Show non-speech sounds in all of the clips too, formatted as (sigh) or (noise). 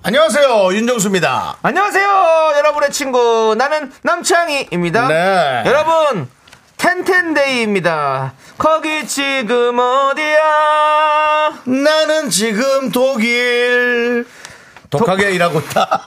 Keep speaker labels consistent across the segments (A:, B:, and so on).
A: 안녕하세요 윤정수입니다.
B: 안녕하세요, 여러분의 친구. 나는 남창희입니다.
A: 네.
B: 여러분, 텐텐데이입니다. 거기 지금 어디야?
A: 나는 지금 독일 독하게 일하고 있다.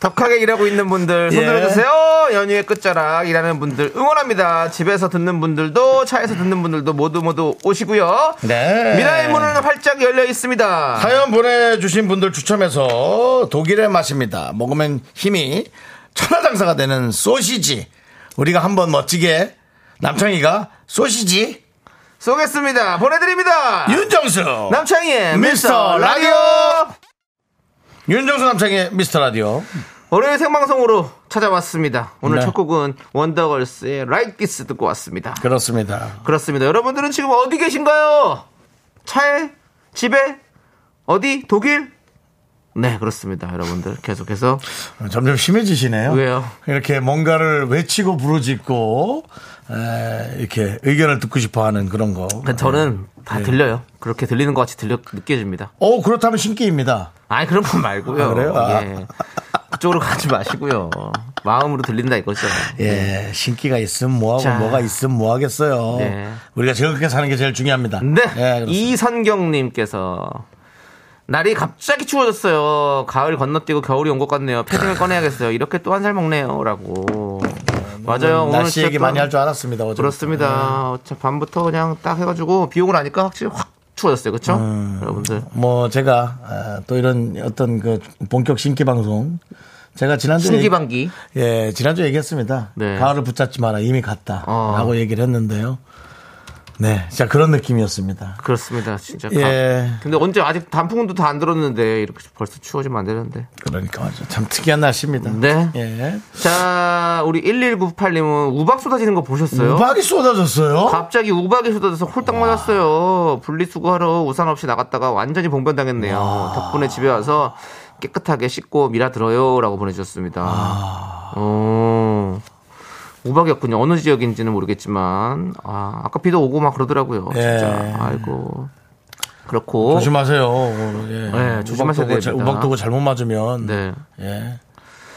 B: 덕하게 일하고 있는 분들 손
A: 예.
B: 들어주세요. 연휴의 끝자락 일하는 분들 응원합니다. 집에서 듣는 분들도 차에서 듣는 분들도 모두 모두 오시고요.
A: (laughs) 네.
B: 미라의 문은 활짝 열려 있습니다.
A: 사연 보내주신 분들 추첨해서 독일의 맛입니다. 먹으면 힘이 천하장사가 되는 소시지. 우리가 한번 멋지게 남창희가 소시지
B: 쏘겠습니다.
A: 아.
B: 보내드립니다.
A: 윤정수
B: 남창희의
A: 미스터
B: 미스터 라디오.
A: 라디오. 윤정수 남창희의 미스터 라디오.
B: 월요일 생방송으로 찾아왔습니다. 오늘
A: 네.
B: 첫 곡은 원더걸스의 Like This 듣고 왔습니다.
A: 그렇습니다.
B: 그렇습니다. 여러분들은 지금 어디 계신가요? 차에? 집에? 어디? 독일? 네, 그렇습니다. 여러분들 계속해서
A: 점점 심해지시네요.
B: 왜요?
A: 이렇게 뭔가를 외치고 부르짖고 에, 이렇게 의견을 듣고 싶어하는 그런 거.
B: 그러니까 저는 다
A: 네.
B: 들려요. 그렇게 들리는 것 같이 들려 느껴집니다.
A: 어 그렇다면 신기입니다.
B: 아니 그런 건 말고요.
A: 아, 그래요? 아.
B: 예. 그쪽으로 가지 마시고요. 마음으로 들린다 이거죠.
A: 예, 신기가 있으면 뭐하고
B: 자.
A: 뭐가 있으면 뭐하겠어요.
B: 네.
A: 우리가 즐겁게 사는 게 제일 중요합니다.
B: 네.
A: 예, 그렇습니다.
B: 이선경님께서 날이 갑자기 추워졌어요. 가을 건너뛰고 겨울이 온 것 같네요. 패딩을 꺼내야겠어요. 이렇게 또 한 살 먹네요.라고. 맞아요. 오늘
A: 음, 날씨
B: 진짜
A: 얘기
B: 또
A: 많이
B: 한-
A: 할 네. 줄 알았습니다. 어제.
B: 그렇습니다. 자, 밤부터 그냥 딱 해가지고 비 오고 나니까 확실히 확 추워졌어요. 그렇죠, 여러분들?
A: 뭐 제가 아, 또 이런 어떤 그 본격 신기 방송 제가 지난주
B: 신기방기.
A: 예, 지난주 얘기했습니다.
B: 네.
A: 가을을 붙잡지 마라. 이미 갔다.
B: 어.
A: 라고 얘기를 했는데요. 네. 진짜 그런 느낌이었습니다.
B: 그렇습니다, 진짜. 가-
A: 예.
B: 근데 언제 아직 단풍도 다 안 들었는데 이렇게 벌써 추워지면 안 되는데.
A: 그러니까 맞아. 참 특이한 날씨입니다.
B: 네.
A: 예.
B: 자, 우리 1198님은 우박 쏟아지는 거 보셨어요?
A: 우박이 쏟아졌어요.
B: 갑자기 우박이 쏟아져서 홀딱 맞았어요. 분리수거하러 우산 없이 나갔다가 완전히 봉변당했네요. 덕분에 집에 와서 깨끗하게 씻고 미라 들어요라고 보내주셨습니다.
A: 아.
B: 어, 우박이었군요. 어느 지역인지는 모르겠지만 아, 아까 비도 오고 막 그러더라고요.
A: 예.
B: 진짜 아이고 그렇고
A: 조심하세요. 어, 예.
B: 네, 조심하셔야
A: 우박도구 자-
B: 됩니다.
A: 우박도구 잘못 맞으면.
B: 네.
A: 예.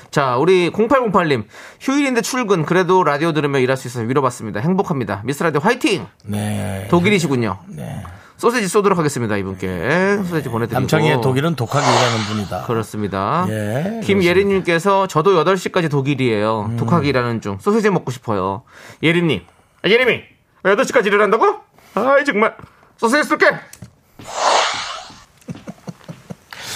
B: 자, 우리 0808님 휴일인데 출근 그래도 라디오 들으며 일할 수 있어서 위로받습니다. 행복합니다. 미스라디오 화이팅!
A: 네.
B: 독일이시군요.
A: 네.
B: 소세지 쏘도록 하겠습니다 이분께 소세지 보내드리고
A: 남창희의 독일은 독하게 일하는 분이다.
B: 그렇습니다.
A: 예,
B: 김예린님께서 저도 8시까지 독일이에요.
A: 음.
B: 독하게 일하는 중 소세지 먹고 싶어요. 예린님, 아, 예린이 8시까지 일을 한다고? 아이 정말 소세지
A: (laughs)
B: 쏠게.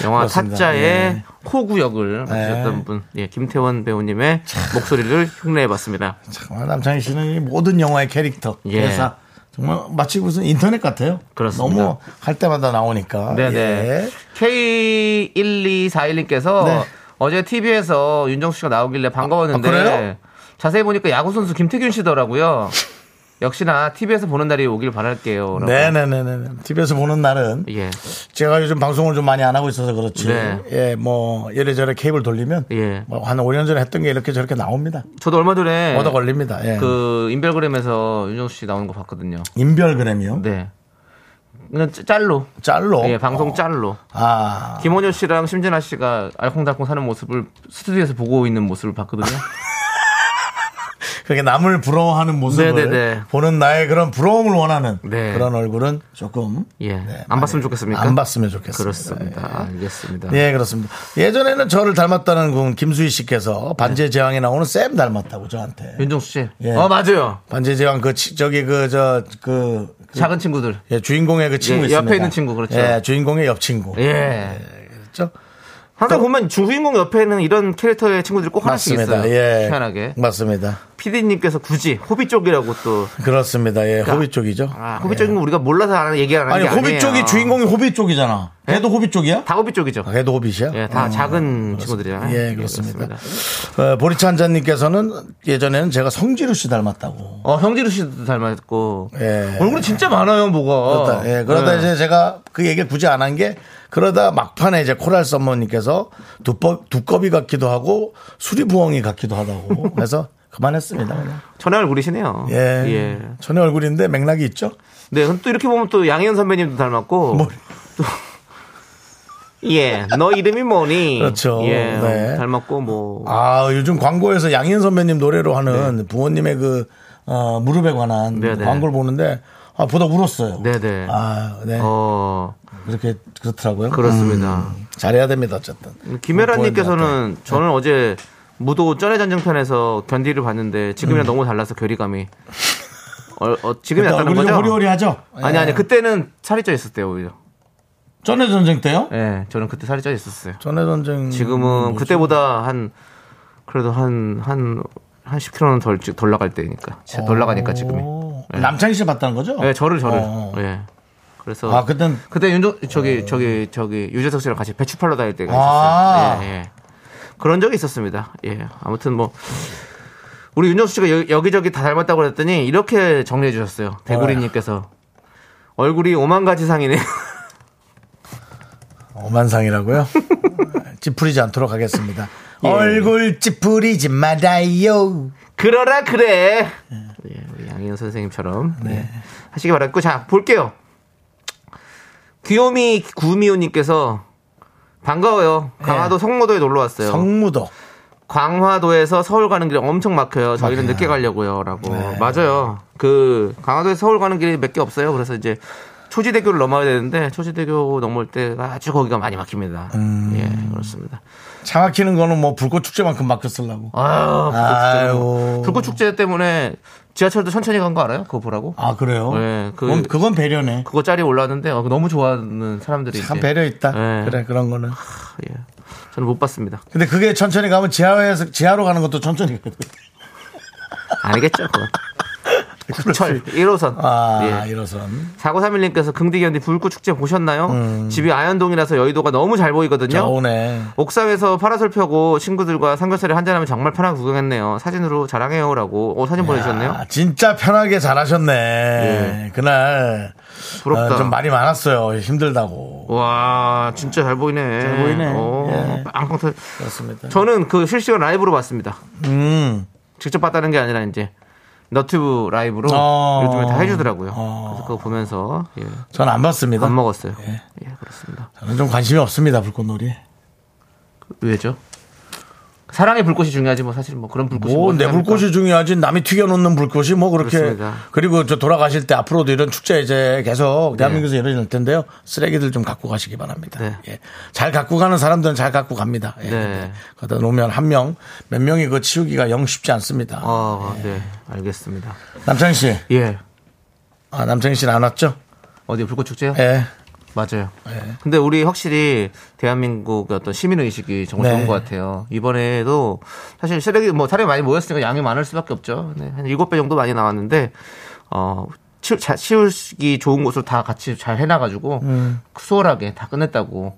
B: 영화
A: 그렇습니다.
B: 타짜의
A: 예.
B: 호구 역을 맡으셨던 분, 예, 김태원 배우님의 목소리를 흉내해봤습니다.
A: 정말 남창희 씨는 이 모든 영화의 캐릭터.
B: 예.
A: 대사. 정말 마치 무슨 인터넷 같아요.
B: 그렇습니다.
A: 너무 할 때마다 나오니까.
B: 네네.
A: 예.
B: K1241님께서
A: 네.
B: 어제 TV에서 윤정수 씨가 나오길래 반가웠는데
A: 아, 그래요?
B: 자세히 보니까 야구 선수 김태균 씨더라고요. 역시나 TV에서 보는 날이 오길 바랄게요. 라고.
A: 네네네네. TV에서 보는 날은
B: 예.
A: 제가 요즘 방송을 좀 많이 안 하고 있어서 그렇지.
B: 네.
A: 예, 뭐 예래저래 케이블 돌리면
B: 예.
A: 뭐한 5년 전에 했던 게 이렇게 저렇게 나옵니다.
B: 저도 얼마 전에
A: 얻어 걸립니다. 예.
B: 그 인별그램에서 윤정수 씨 나오는 거 봤거든요.
A: 인별그램이요.
B: 네. 그냥 짜- 짤로.
A: 짤로.
B: 예, 방송
A: 어.
B: 짤로.
A: 아.
B: 김원효 씨랑 심진아 씨가 알콩달콩 사는 모습을 스튜디오에서 보고 있는
A: (laughs)
B: 모습을 봤거든요.
A: 그렇게 남을 부러워하는 모습을
B: 네네네.
A: 보는 나의 그런 부러움을 원하는
B: 네.
A: 그런 얼굴은 조금
B: 예.
A: 네,
B: 안
A: 많이
B: 봤으면 좋겠습니까?
A: 안 봤으면 좋겠습니다.
B: 그렇습니다. 네, 알겠습니다.
A: 예, 예, 그렇습니다. 예전에는 저를 닮았다는 분 김수희 씨께서 반지의 제왕에 나오는 쌤 닮았다고 저한테.
B: 윤정수 씨.
A: 예.
B: 어, 맞아요.
A: 반지의 제왕 그 치- 저기 그 저 그
B: 작은 친구들.
A: 예, 주인공의 그 친구
B: 예,
A: 있습니다.
B: 옆에 있는 친구, 그렇죠.
A: 예, 주인공의 옆 친구.
B: 예.
A: 그렇죠?
B: 항상 보면 주인공 옆에는 이런 캐릭터의 친구들이 꼭 하나씩
A: 맞습니다.
B: 있어요.
A: 예.
B: 희한하게.
A: 맞습니다.
B: PD님께서 굳이 호비 쪽이라고 또
A: 그렇습니다. 예, 호비 쪽이죠.
B: 아, 호비 쪽인 건 우리가 몰라서 하는 얘기하는
A: 예. 아니,
B: 게
A: 호비
B: 아니에요. 예?
A: 쪽이 주인공이 호비 쪽이잖아. 걔도 호비 쪽이야?
B: 다 호비 쪽이죠.
A: 아, 걔도 호빗이야?
B: 예, 다 작은 친구들이잖아요.
A: 예, 그렇습니다. 어, 보리차 한자님께서는 예전에는 제가 성지루 씨 닮았다고.
B: 어, 형지루 씨도 닮았고.
A: 예.
B: 얼굴이 진짜 많아요, 뭐가.
A: 그렇다. 예, 그러다
B: 네.
A: 이제 제가 그 얘기를 굳이 안 한 게 그러다 막판에 이제 코랄 썸머님께서 두꺼, 두꺼비 같기도 하고 수리부엉이 같기도
B: (laughs)
A: 하다고 해서 그만했습니다. 그냥.
B: 천의 얼굴이시네요.
A: 예. 전의 얼굴인데 맥락이 있죠? 뭐,
B: 네, 근데 또 이렇게 보면 또 양희은 선배님도 닮았고.
A: 뭘.
B: 또 예, 너 이름이 뭐니?
A: 그렇죠.
B: 예,
A: 네.
B: 닮았고 뭐.
A: 아, 요즘 광고에서 양현 선배님 노래로 하는 부모님의 그, 어, 무릎에 관한
B: 네, 네.
A: 광고를 보는데, 아, 보다 울었어요.
B: 네네.
A: 아, 네.
B: 어,
A: 그렇게, 그렇더라고요.
B: 그렇습니다.
A: 음, 잘해야 됩니다, 어쨌든. 뭐,
B: 김혜란님께서는 저는 어제 무도 쩐의 전쟁편에서 견디를 봤는데 지금이랑 너무 달라서 결의감이. 어, 어, 지금이
A: 그때
B: 낫다는
A: 얼굴이 좀
B: 거죠?
A: 호리호리하죠? 예.
B: 아니, 아니, 그때는 살이 쪄 있었대요, 오히려.
A: 전의 전쟁 때요?
B: 예, 저는 그때 살이 쪄 있었어요.
A: 전의 전쟁.
B: 지금은
A: 뭐지?
B: 그때보다 한 그래도 한 한한 10kg는 덜, 찌- 덜 나갈 때니까 진짜 덜 나가니까 지금이
A: 오, 남창희 씨 봤다는 거죠?
B: 예 저를 저를
A: 어.
B: 예 그래서
A: 아, 그땐
B: 그때 윤종 저기 저기 저기 유재석 씨랑 같이 배추 팔러 다닐 때가
A: 아.
B: 있었어요 예, 예. 그런 적이 있었습니다 예 아무튼 뭐 우리 윤정수 씨가 여, 기저기다 닮았다고 그랬더니 이렇게 정리해 주셨어요 대구리님께서 얼굴이 오만 가지 상이네요 (laughs) (laughs)
A: 오만상이라고요? 찌푸리지 않도록 하겠습니다.
B: 예.
A: 얼굴 찌푸리지 말아요.
B: 그러라 그래. 예, 우리 양희은 선생님처럼
A: 네.
B: 예, 하시기 바랐고 자 볼게요. 귀요미 구미호님께서 반가워요.
A: 예.
B: 강화도 성모도에 놀러 왔어요.
A: 성무도.
B: 광화도에서 서울 가는 길이 엄청 막혀요. 저희는 늦게 가려고요라고.
A: 네.
B: 맞아요. 그 강화도에서 서울 가는 길이 몇 개 없어요. 그래서 이제 초지대교를 넘어야 되는데 초지대교 넘을 때가 아주 거기가 많이 막힙니다.
A: 음.
B: 예 그렇습니다.
A: 차 막히는 거는 뭐 불꽃 축제만큼 막혔을라고.
B: 아유,
A: 아유.
B: 불꽃축제. 불꽃축제 때문에 지하철도 천천히 간 거 알아요? 그거 보라고?
A: 아 그래요?
B: 네, 그-
A: 그건, 그건 배려네.
B: 그거 짜리 올라왔는데 어, 너무 좋아하는 사람들이
A: 참
B: 이제-
A: 배려 있다.
B: 네.
A: 그래 그런 거는.
B: 아, 예. 저는 못 봤습니다.
A: 근데 그게 천천히 가면 지하에서 지하로 가는 것도 천천히
B: (laughs)
A: 가거든.
B: 아니겠죠,
A: (laughs)
B: 그건. 국철 1호선.
A: 아
B: 예.
A: 이러선.
B: 4931님께서 긍디견디 불꽃축제 보셨나요? 집이 아현동이라서 여의도가 너무 잘 보이거든요.
A: 음. 자 오네.
B: 옥상에서 파라솔 펴고 친구들과 삼겹살을 한잔하면 정말 편하게 구경했네요. 사진으로 자랑해요라고 어, 사진 보내주셨네요. 예.
A: 아, 진짜 편하게 잘하셨네. 그날
B: 부럽다.
A: 어, 좀 말이 많았어요. 힘들다고.
B: 와 진짜 잘 보이네. 잘
A: 보이네. 예.
B: 빵빵 터.
A: 그렇습니다.
B: 저는 그 실시간 라이브로 봤습니다.
A: 음.
B: 직접 봤다는 게 아니라 이제 너튜브 라이브로
A: 어.
B: 요즘에 다 해주더라고요.
A: 어.
B: 그래서 그거 보면서 예,
A: 전 안 봤습니다.
B: 밥 먹었어요. 예. 그렇습니다.
A: 저는 좀 관심이 없습니다 불꽃놀이.
B: 왜죠? 사랑의 불꽃이 중요하지 뭐 사실 뭐 그런 불꽃이
A: 뭐
B: 뭐
A: 내
B: 중요합니까?
A: 불꽃이 중요하지 남이 튀겨놓는 불꽃이 뭐 그렇게
B: 그렇습니다.
A: 그리고저 돌아가실 때 앞으로도 이런 축제 이제 계속 대한민국에서 일어날 텐데요 쓰레기들 좀 갖고 가시기 바랍니다
B: 예. 네.
A: 예. 잘 갖고 가는 사람들은 잘 갖고 갑니다 예.
B: 네.
A: 그러다 놓으면 한 명 몇 명이 그 치우기가 영 쉽지 않습니다
B: 아, 네. 알겠습니다.
A: 남창희 씨
B: 예.
A: 아, 남창희 씨는 안 왔죠
B: 어디 불꽃 축제요?
A: 예.
B: 맞아요.
A: 네.
B: 근데 우리 확실히 대한민국의 어떤 시민 의식이 정말
A: 네.
B: 좋은 것 같아요. 이번에도 사실 쓰레기 뭐 사람이 많이 모였으니까 양이 많을 수밖에 없죠. 네, 한 일곱 배 정도 많이 나왔는데 어 치우, 자, 치우기 좋은 곳을 다 같이 잘 해놔가지고
A: 음.
B: 수월하게 다 끝냈다고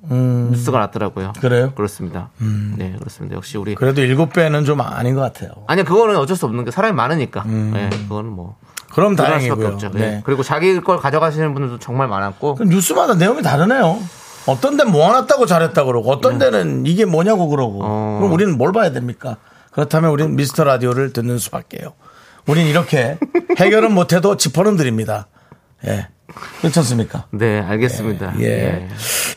B: 뉴스가 났더라고요.
A: 그래요? 음.
B: 그렇습니다. 네 그렇습니다. 역시 우리
A: 그래도 일곱 배는 좀 아닌 것 같아요
B: 아니 그거는 어쩔 수 없는 게 사람이 많으니까.
A: 음.
B: 네, 그거는 뭐
A: 그럼
B: 늘어날 수밖에
A: 다행이고요
B: 없죠. 네.
A: 네.
B: 그리고 자기 걸 가져가시는 분들도 정말 많았고.
A: 그 뉴스마다 내용이 다르네요 어떤 데는 모아놨다고 잘했다 그러고 어떤 데는 이게 뭐냐고 그러고
B: 네. 어.
A: 그럼 우리는 뭘 봐야 됩니까? 그렇다면 우리는 미스터 라디오를 듣는 수밖에요. 우린
B: (laughs)
A: 이렇게 해결은 못해도 짚어는 드립니다. 예. 그렇지 않습니까?
B: 네 알겠습니다.
A: 예.
B: 예.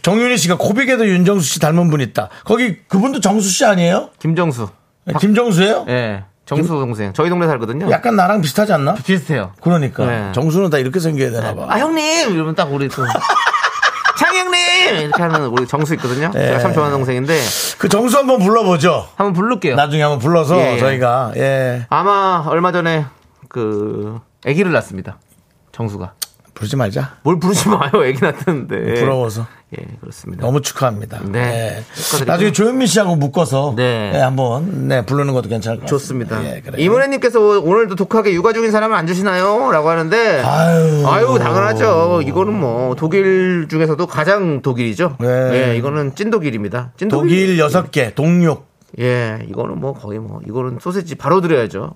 A: 정윤희 씨가 고백에도 윤정수 씨 닮은 분 있다. 거기 그분도 정수 씨 아니에요?
B: 김정수.
A: 김정수예요?
B: 예. 정수 동생. 저희 동네 살거든요.
A: 약간 나랑 비슷하지 않나?
B: 비슷해요.
A: 그러니까
B: 예. 네.
A: 정수는 다 이렇게 생겨야 되나 봐.
B: 아, 형님! 이러면 딱
A: (laughs)
B: 우리 또. 창형님! 이렇게 하는 우리 정수 있거든요.
A: 네.
B: 제가 참 좋아하는 동생인데,
A: 그 정수 한번 불러보죠.
B: 한번 부를게요.
A: 나중에 한번 불러서
B: 예, 예.
A: 저희가 예
B: 아마 얼마 전에 그, 아기를 낳습니다. 정수가.
A: 부르지 말자.
B: 뭘 부르지 마요. 애기 낳았는데.
A: 아. 뭐 부러워서.
B: 예, 그렇습니다.
A: 너무 축하합니다. 예.
B: 네. 축하드리고요.
A: 나중에 조현민 씨하고 묶어서
B: 네.
A: 네, 한번 네, 부르는 것도 괜찮을 것 같습니다.
B: 좋습니다.
A: 예, 그래요.
B: 이문혜님께서 오늘도 독하게 육아 중인 사람은 안 주시나요? 라고 하는데.
A: 아유.
B: 아유, 당연하죠. 이거는 뭐, 독일 중에서도 가장 독일이죠.
A: 네.
B: 예, 이거는 찐독일입니다. 찐독일.
A: 독일 여섯 개 동력.
B: 예, 이거는 뭐 거의 뭐, 이거는 소세지 바로 드려야죠.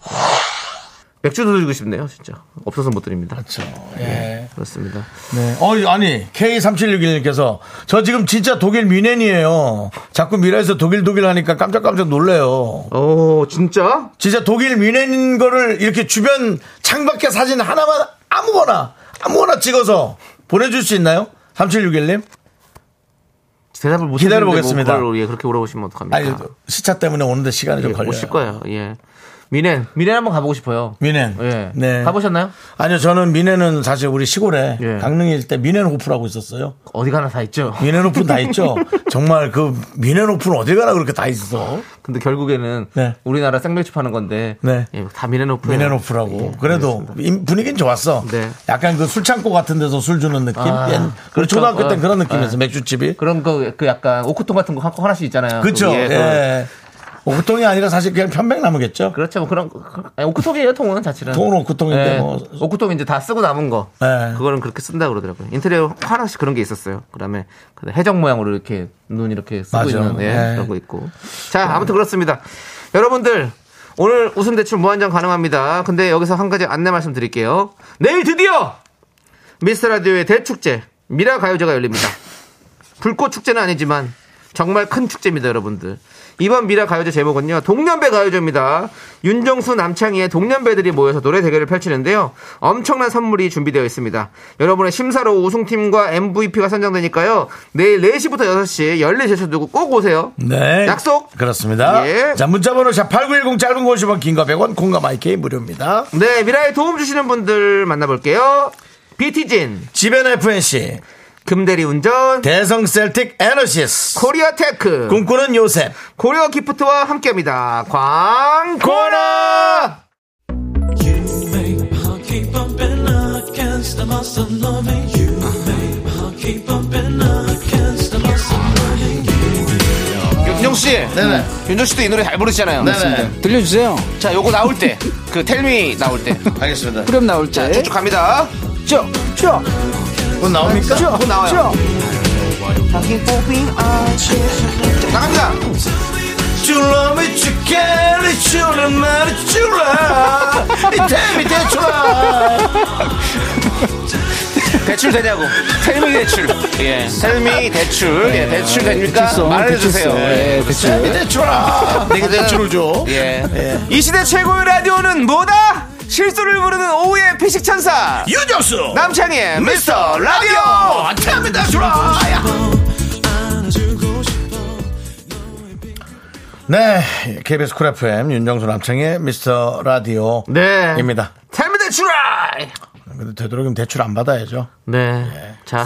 B: 맥주도 드리고 싶네요, 진짜. 없어서 못 드립니다.
A: 그렇죠. 예.
B: 그렇습니다.
A: 네. 어, 아니, K3761님께서 저 지금 진짜 독일 뮌헨이에요. 자꾸 미라에서 독일 독일 하니까 깜짝깜짝 놀래요.
B: 오, 어, 진짜?
A: 진짜 독일 뮌헨인 거를 이렇게 주변 창밖에 사진 하나만 아무거나 아무거나 찍어서 보내줄 수 있나요? 3761님?
B: 대답을 못
A: 기다려보겠습니다.
B: 했는데 뭐 그걸, 예, 그렇게 물어보시면 어떡합니까?
A: 아니, 시차 때문에 오는데 시간이 좀
B: 예,
A: 걸려요.
B: 오실 거예요. 예. 미넨, 미넨 한번 가보고 싶어요.
A: 뮌헨.
B: 예.
A: 네.
B: 가보셨나요?
A: 아니요, 저는 미네는 사실 우리 시골에
B: 예.
A: 강릉에 있을 때 미네호프라고 있었어요.
B: 어디 가나 다 있죠.
A: 미네호프 다
B: (laughs)
A: 있죠. 정말 그 미네호프는 어딜 가나 그렇게 다 있어.
B: 근데 결국에는
A: 네.
B: 우리나라 생맥주 파는 건데
A: 네.
B: 예, 다 미네노프.
A: 미네호프라고. 그래도 인- 분위기는 좋았어.
B: 예, 네.
A: 약간 그 술창고 같은 데서 술 주는 느낌.
B: 아,
A: 옛- 그
B: 그렇죠.
A: 초등학교 때
B: 어,
A: 그런 느낌이었어.
B: 예.
A: 맥주집이.
B: 그런 거, 그 약간 오크통 같은 거 한- 하나씩 있잖아요.
A: 그렇죠.
B: 그 위에 그-
A: 예. 오크통이 아니라 사실 그냥 편백나무겠죠.
B: 그렇죠. 뭐 그런 그- 아니, 오크통이에요. 통은 자체는. 예.
A: 통은
B: 네.
A: 오크통인데 뭐-
B: 오크통 이제 다 쓰고 남은 거.
A: 네.
B: 그거는 그렇게 쓴다 그러더라고요. 인테리어 하나씩 그런 게 있었어요. 그다음에 그 해적 모양으로 이렇게 눈 이렇게 쓰고
A: 맞아요.
B: 있는 예,
A: 네.
B: 그런 거 있고. 자 아무튼 그렇습니다. 여러분들 오늘 웃음 대출 무한정 가능합니다. 근데 여기서 한 가지 안내 말씀드릴게요. 내일 드디어 미스터 라디오의 대축제 미라 가요제가 열립니다. 불꽃 축제는 아니지만 정말 큰 축제입니다, 여러분들. 이번 미라 가요제 제목은요, 동년배 가요제입니다. 윤정수 남창희의 동년배들이 모여서 노래 대결을 펼치는데요. 엄청난 선물이 준비되어 있습니다. 여러분의 심사로 우승팀과 MVP가 선정되니까요. 내일 4시부터 6시 열린 제출 두고 꼭 오세요.
A: 네.
B: 약속!
A: 그렇습니다.
B: 예.
A: 자, 문자번호 샵8910 짧은 거 50원, 긴거 100원, 공감 IK 무료입니다.
B: 네, 미라에 도움 주시는 분들 만나볼게요. BT진,
A: 지벤 FNC,
B: 금대리 운전,
A: 대성 셀틱 에너시스,
B: 코리아 테크,
A: 꿈꾸는 요셉,
B: 고려 기프트와 함께 합니다. 광, 고라!
C: 윤정 씨,
A: 네네.
C: 윤정 씨도 이 노래 잘 부르시잖아요.
A: 네네.
C: 들려주세요. 자, 요거 나올 때, 그 텔미 나올 (laughs) 때,
A: 알겠습니다.
C: 그럼 나올 때. 자, 쭉쭉 갑니다. 쭉, 쭉,
A: 곧 나옵니까?
B: 그렇죠.
C: 쭉, 곧 나와요. 그렇죠. 자, 나갑니다.
A: 줄라미 축캐리 줄라 마리 줄라 이태미 대출라
C: 대출 되냐고. 텔미 대출. 예. 텔미 대출. 예, 대출 됩니까? 말해주세요. 예, 대출.
A: 이태미 대출라 내게 대출을 줘
C: 예. 이 시대 최고의 라디오는 뭐다? 실수를 부르는 오후의 피식 천사.
A: 유정수
C: 남창희의 미스터 라디오.
A: 어, 이태미 대출라 네 KBS 쿨 FM 윤정수 남창의 미스터 라디오
B: 네.
A: 입니다
B: 텔미 대출아!
A: 근데 되도록이면 대출 안 받아야죠
B: 네. 자.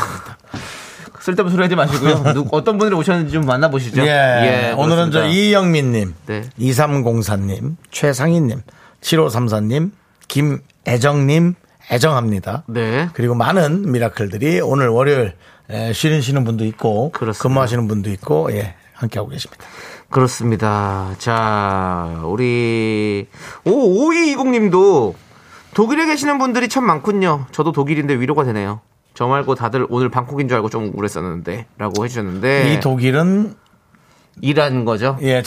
B: (laughs) 쓸데없는 소리 하지 마시고요. 누, 어떤 분들이 오셨는지 좀 만나보시죠.
A: 예, 오늘은
B: 그렇습니다.
A: 저 이영민님,
B: 네.
A: 2304님, 최상희님, 7534님, 김애정님, 애정합니다.
B: 네.
A: 그리고 많은 미라클들이 오늘 월요일 에, 쉬는 쉬는 분도 있고
B: 그렇습니다.
A: 근무하시는 분도 있고 예 함께하고 계십니다.
B: 그렇습니다. 자, 우리, 오, 5220님도 독일에 계시는 분들이 참 많군요. 저도 독일인데 위로가 되네요. 저 말고 다들 오늘 방콕인 줄 알고 좀 우울했었는데. 라고 해주셨는데.
A: 이 독일은
B: 일한 거죠?
A: 예
B: 독학이겠네요.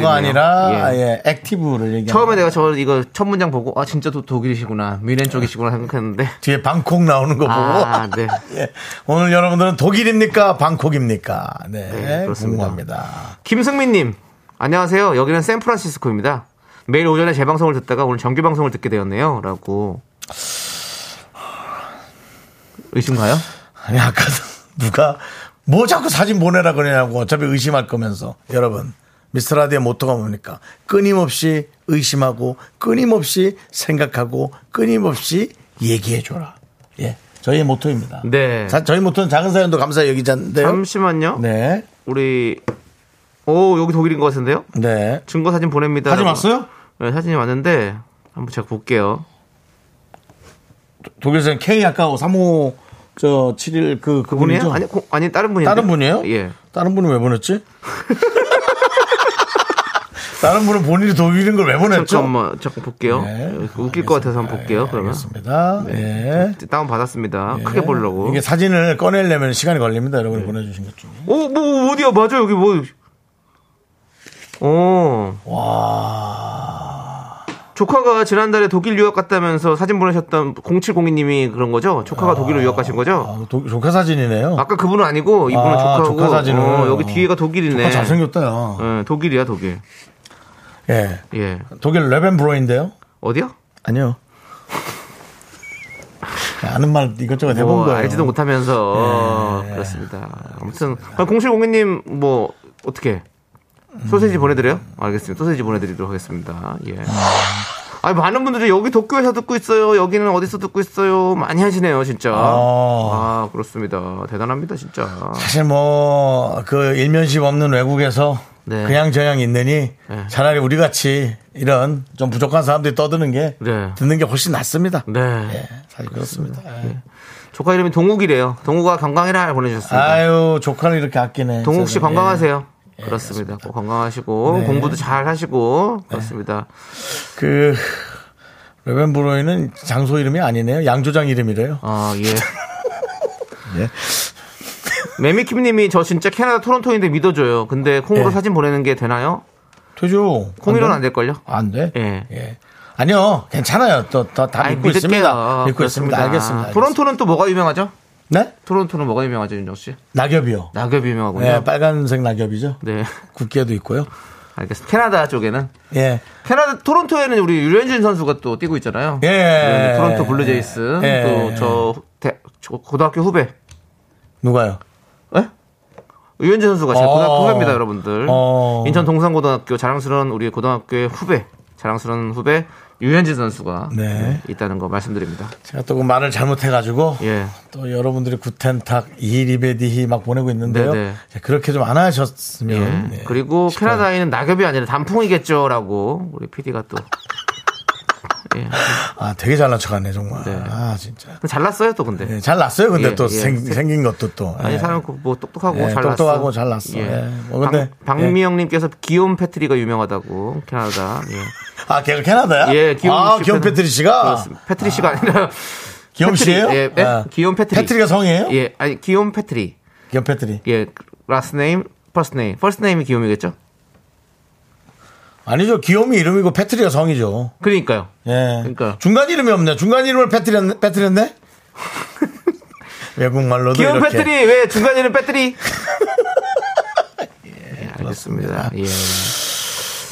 A: 장소가 아니라
B: 예.
A: 예, 액티브를 얘기하는
B: 처음에 내가 저 이거 첫 문장 보고, 아, 진짜 도, 독일이시구나. 뮌헨 쪽이시구나 생각했는데.
A: 뒤에 방콕 나오는 거 보고
B: 아, 네.
A: 예, 오늘 여러분들은 독일입니까 방콕입니까? 네,
B: 네, 그렇습니다.
A: 궁금합니다.
B: 김승민님, 안녕하세요. 여기는 샌프란시스코입니다. 매일 오전에 재방송을 듣다가 오늘 정규 방송을 듣게 되었네요. 라고. 의심가요?
A: 아니 아까 (laughs) 누가 뭐 자꾸 사진 보내라 그러냐고 어차피 의심할 거면서 여러분 미스터라디의 모토가 뭡니까 끊임없이 의심하고 끊임없이 생각하고 끊임없이 얘기해줘라 예 저희의 모토입니다
B: 네.
A: 자, 저희 모토는 작은 사연도 감사 여기잖데요
B: 잠시만요.
A: 네. 네네
B: 우리, 오, 여기 독일인 것 같은데요?
A: 네.
B: 증거 사진 보냅니다.
A: 사진
B: 라고.
A: 왔어요
B: 네, 사진이 왔는데, 한번 제가 볼게요.
A: 독일에서는 K 아까 35, 저, 7일 그,
B: 분이요?
A: 그분이죠?
B: 아니, 고- 아니 다른 분이
A: 다른 분이에요?
B: 예.
A: 다른 분은 왜 보냈지? (laughs) 다른 분은 본인이 독일인 걸 왜 보냈죠?
B: 잠깐만 잠깐 볼게요.
A: 네,
B: 웃길 것 같아서 한번 볼게요. 그러면
A: 알겠습니다. 예.
B: 다운 받았습니다. 크게 네. 보려고. 네.
A: 이게 사진을 꺼내려면 시간이 걸립니다. 여러분이 보내주신 것 중에.
B: 오, 뭐 어디야? 맞아 여기 뭐. 어. 조카가 지난달에 독일 유학 갔다면서 사진 보내셨던 0702님이 그런 거죠? 조카가 독일로 유학 가신 거죠?
A: 아, 도, 조카 사진이네요.
B: 아까 그분은 아니고 이분은
A: 아,
B: 조카고
A: 조카 사진을.
B: 어, 여기 뒤에가
A: 조카
B: 독일이네.
A: 잘생겼다, 야.
B: 예, 독일이야 독일.
A: 예.
B: 예.
A: 독일 레벤브로인데요?
B: 어디요? (laughs)
A: 아니요. 아는 말 이것저것 해본
B: 뭐
A: 거예요. 네.
B: 알지도 못하면서 그렇습니다. 아무튼 공실공개님 뭐 어떻게 소세지 보내드려요? 알겠습니다. 소세지 보내드리도록 하겠습니다. 예. 아 많은 분들이 여기 도쿄에서 듣고 있어요. 여기는 어디서 듣고 있어요? 많이 하시네요, 진짜.
A: 아.
B: 아 그렇습니다. 대단합니다, 진짜.
A: 사실 뭐 그 일면식 없는 외국에서
B: 네.
A: 그냥 저냥 있느니
B: 네.
A: 차라리 우리 같이 이런 좀 부족한 사람들이 떠드는 게
B: 네.
A: 듣는 게 훨씬 낫습니다.
B: 네.
A: 사실 그렇습니다. 네.
B: 조카 이름이 동욱이래요. 동욱아 건강해라 보내주셨습니다.
A: 아유 조카를 이렇게 아끼네.
B: 동욱 씨
A: 세상에.
B: 건강하세요. 그렇습니다. 꼭 건강하시고
A: 네.
B: 공부도 잘 하시고 그렇습니다.
A: 그 레벤브로이는 장소 이름이 아니네요. 양조장 이름이래요.
B: 아,
A: (laughs)
B: 예.
A: 예.
B: 매미킴님이 저 진짜 캐나다 토론토인데 믿어줘요. 근데 콩으로
A: 예. 아, 뭐?
B: 사진 보내는 게 되나요?
A: 되죠.
B: 콩이로는 안 될걸요?
A: 안 돼?
B: 예.
A: 아니요, 괜찮아요. 또, 다, 다
B: 아이,
A: 믿고 있습니다. 믿고 있습니다.
B: 그렇습니다.
A: 알겠습니다.
B: 토론토는 또 뭐가 유명하죠?
A: 네?
B: 토론토는 뭐가 유명하죠, 윤정 씨?
A: 낙엽이요.
B: 낙엽이 유명하군요.
A: 예, 빨간색 낙엽이죠.
B: 네, (laughs)
A: 국기에도 있고요.
B: 알겠습니다. 캐나다 쪽에는
A: 예.
B: 캐나다 토론토에는 우리 유현진 선수가 또 뛰고 있잖아요.
A: 예.
B: 네, 토론토 블루제이스
A: 예.
B: 또저 저 고등학교 후배
A: 누가요?
B: 예? 유현진 선수가 제
A: 어.
B: 고등학교 후배입니다, 여러분들.
A: 어.
B: 인천 동산고등학교 자랑스러운 우리 고등학교의 후배, 자랑스러운 후배 유현진 선수가
A: 네.
B: 네, 있다는 거 말씀드립니다.
A: 제가 또 그 말을 잘못해가지고
B: 예.
A: 또 여러분들이 구텐탁 이리베디히 막 보내고 있는데요.
B: 네,
A: 그렇게 좀 안
B: 예.
A: 하셨으면 네.
B: 그리고 캐나다에는 낙엽이 아니라 단풍이겠죠라고 우리 PD가 또 예.
A: 아 되게 잘난 척하네 정말.
B: 네.
A: 아 진짜
B: 잘났어요 또 근데.
A: 예, 잘 났어요. 근데
B: 예,
A: 또
B: 예.
A: 생, 생긴 것도 또
B: 아니
A: 예.
B: 사람 뭐 똑똑하고
A: 예,
B: 잘났어.
A: 똑똑하고 잘났어. 예. 뭐 근데-
B: 방, 박미영님께서 귀여운 패트리가 유명하다고 캐나다. 예,
A: 아 걔가 캐나다야?
B: 예 귀여운
A: 아
B: 씨
A: 기욤
B: 패트-
A: 패트리 씨가
B: 그렇습니다. 패트리 씨가 아니라
A: 기욤
B: 패트리,
A: 씨예요?
B: 예, 예,
A: 아.
B: 귀여운 패트리.
A: 패트리가 성이에요?
B: 예, 아니 귀여운 패트리.
A: 기욤 패트리.
B: 예, 라스트 네임, 퍼스트 네임. 퍼스트 네임이 귀요미겠죠?
A: 아니죠. 기욤이 이름이고 패트리가 성이죠.
B: 그러니까요.
A: 예.
B: 그러니까.
A: 중간 이름이 없네. 중간 이름을 패트렸네.
B: (laughs)
A: 패트렸네? 외국 말로도
B: 귀여운
A: 이렇게.
B: 패트리 왜
A: (laughs)
B: 중간에는 패트리? 예, 알겠습니다. 예.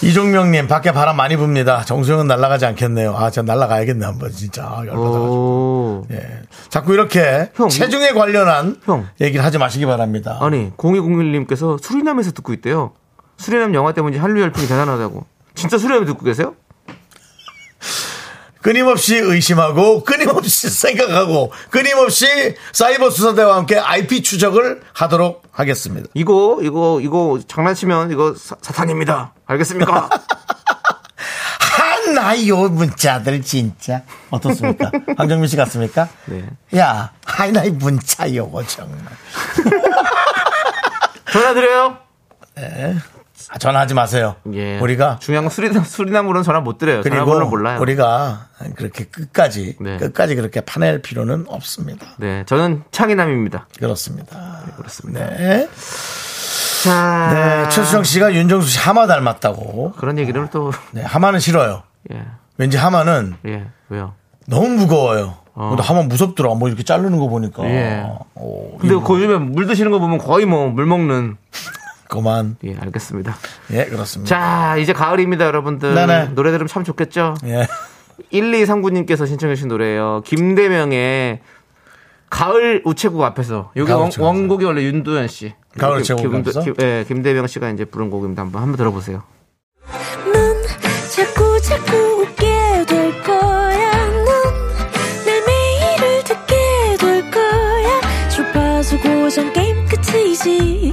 A: 이종명님 밖에 바람 많이 붑니다. 정수영은 날아가지 않겠네요. 아, 제가 날아가야겠네 한번 진짜 아, 열받아.
B: 오.
A: 예. 자꾸 이렇게
B: 어. 형,
A: 체중에 관련한
B: 형.
A: 얘기를 하지 마시기 바랍니다.
B: 아니, 0201님께서 수리남에서 듣고 있대요. 수리남 영화 때문에 한류 열풍이 대단하다고. 진짜 수리남 듣고 계세요?
A: 끊임없이 의심하고 (laughs) 끊임없이 생각하고 끊임없이 사이버 수사대와 함께 IP 추적을 하도록 하겠습니다.
B: 이거, 이거, 이거 장난치면 이거 사, 탄입니다 알겠습니까?
A: (laughs) 하나요 문자들 진짜
B: (laughs)
A: 어떻습니까? 황정민 씨 같습니까?
B: 네.
A: 야 하나이 문자 요거 정말
B: 전화드려요?
A: 아, 전화하지 마세요.
B: 예.
A: 우리가
B: 중요한 건 수리남, 수리남으로는 전화 못 드려요. 전화번호 몰라요.
A: 우리가 그렇게 끝까지
B: 네.
A: 끝까지 그렇게 파낼 필요는 없습니다.
B: 네, 저는 창의남입니다.
A: 그렇습니다.
B: 그렇습니다.
A: 네.
B: 자,
A: 네, 최수정 씨가 윤정수 씨 하마 닮았다고.
B: 그런 얘기를 또 (laughs)
A: 네, 하마는 싫어요.
B: 예,
A: 왠지 하마는
B: 예, 왜요?
A: 너무 무거워요.
B: 어.
A: 근데 하마 무섭더라. 뭐 이렇게 자르는 거 보니까.
B: 예.
A: 오,
B: 근데 그 요즘에 물 드시는 거 보면 거의 뭐 물 먹는
A: 그만.
B: 예, 알겠습니다.
A: 예, 그렇습니다.
B: 자, 이제 가을입니다, 여러분들.
A: 네네.
B: 노래 들으면 참 좋겠죠?
A: 예.
B: 1239님께서 신청해 주신 노래예요. 김대명의 가을 우체국 앞에서. 여기
A: 가을
B: 원,
A: 우체국
B: 원곡이 원래 윤도현 씨.
A: 가을
B: 김-
A: 우체국
B: 김-
A: 앞에서?
B: 김- 예, 김대명 씨가 이제 부른 곡입니다. 한번 한번 들어보세요.
D: 넌 자꾸 자꾸 웃게 될 거야. 넌내 매일을 듣게 될 거야. 주파수 고정 게임 끝이지.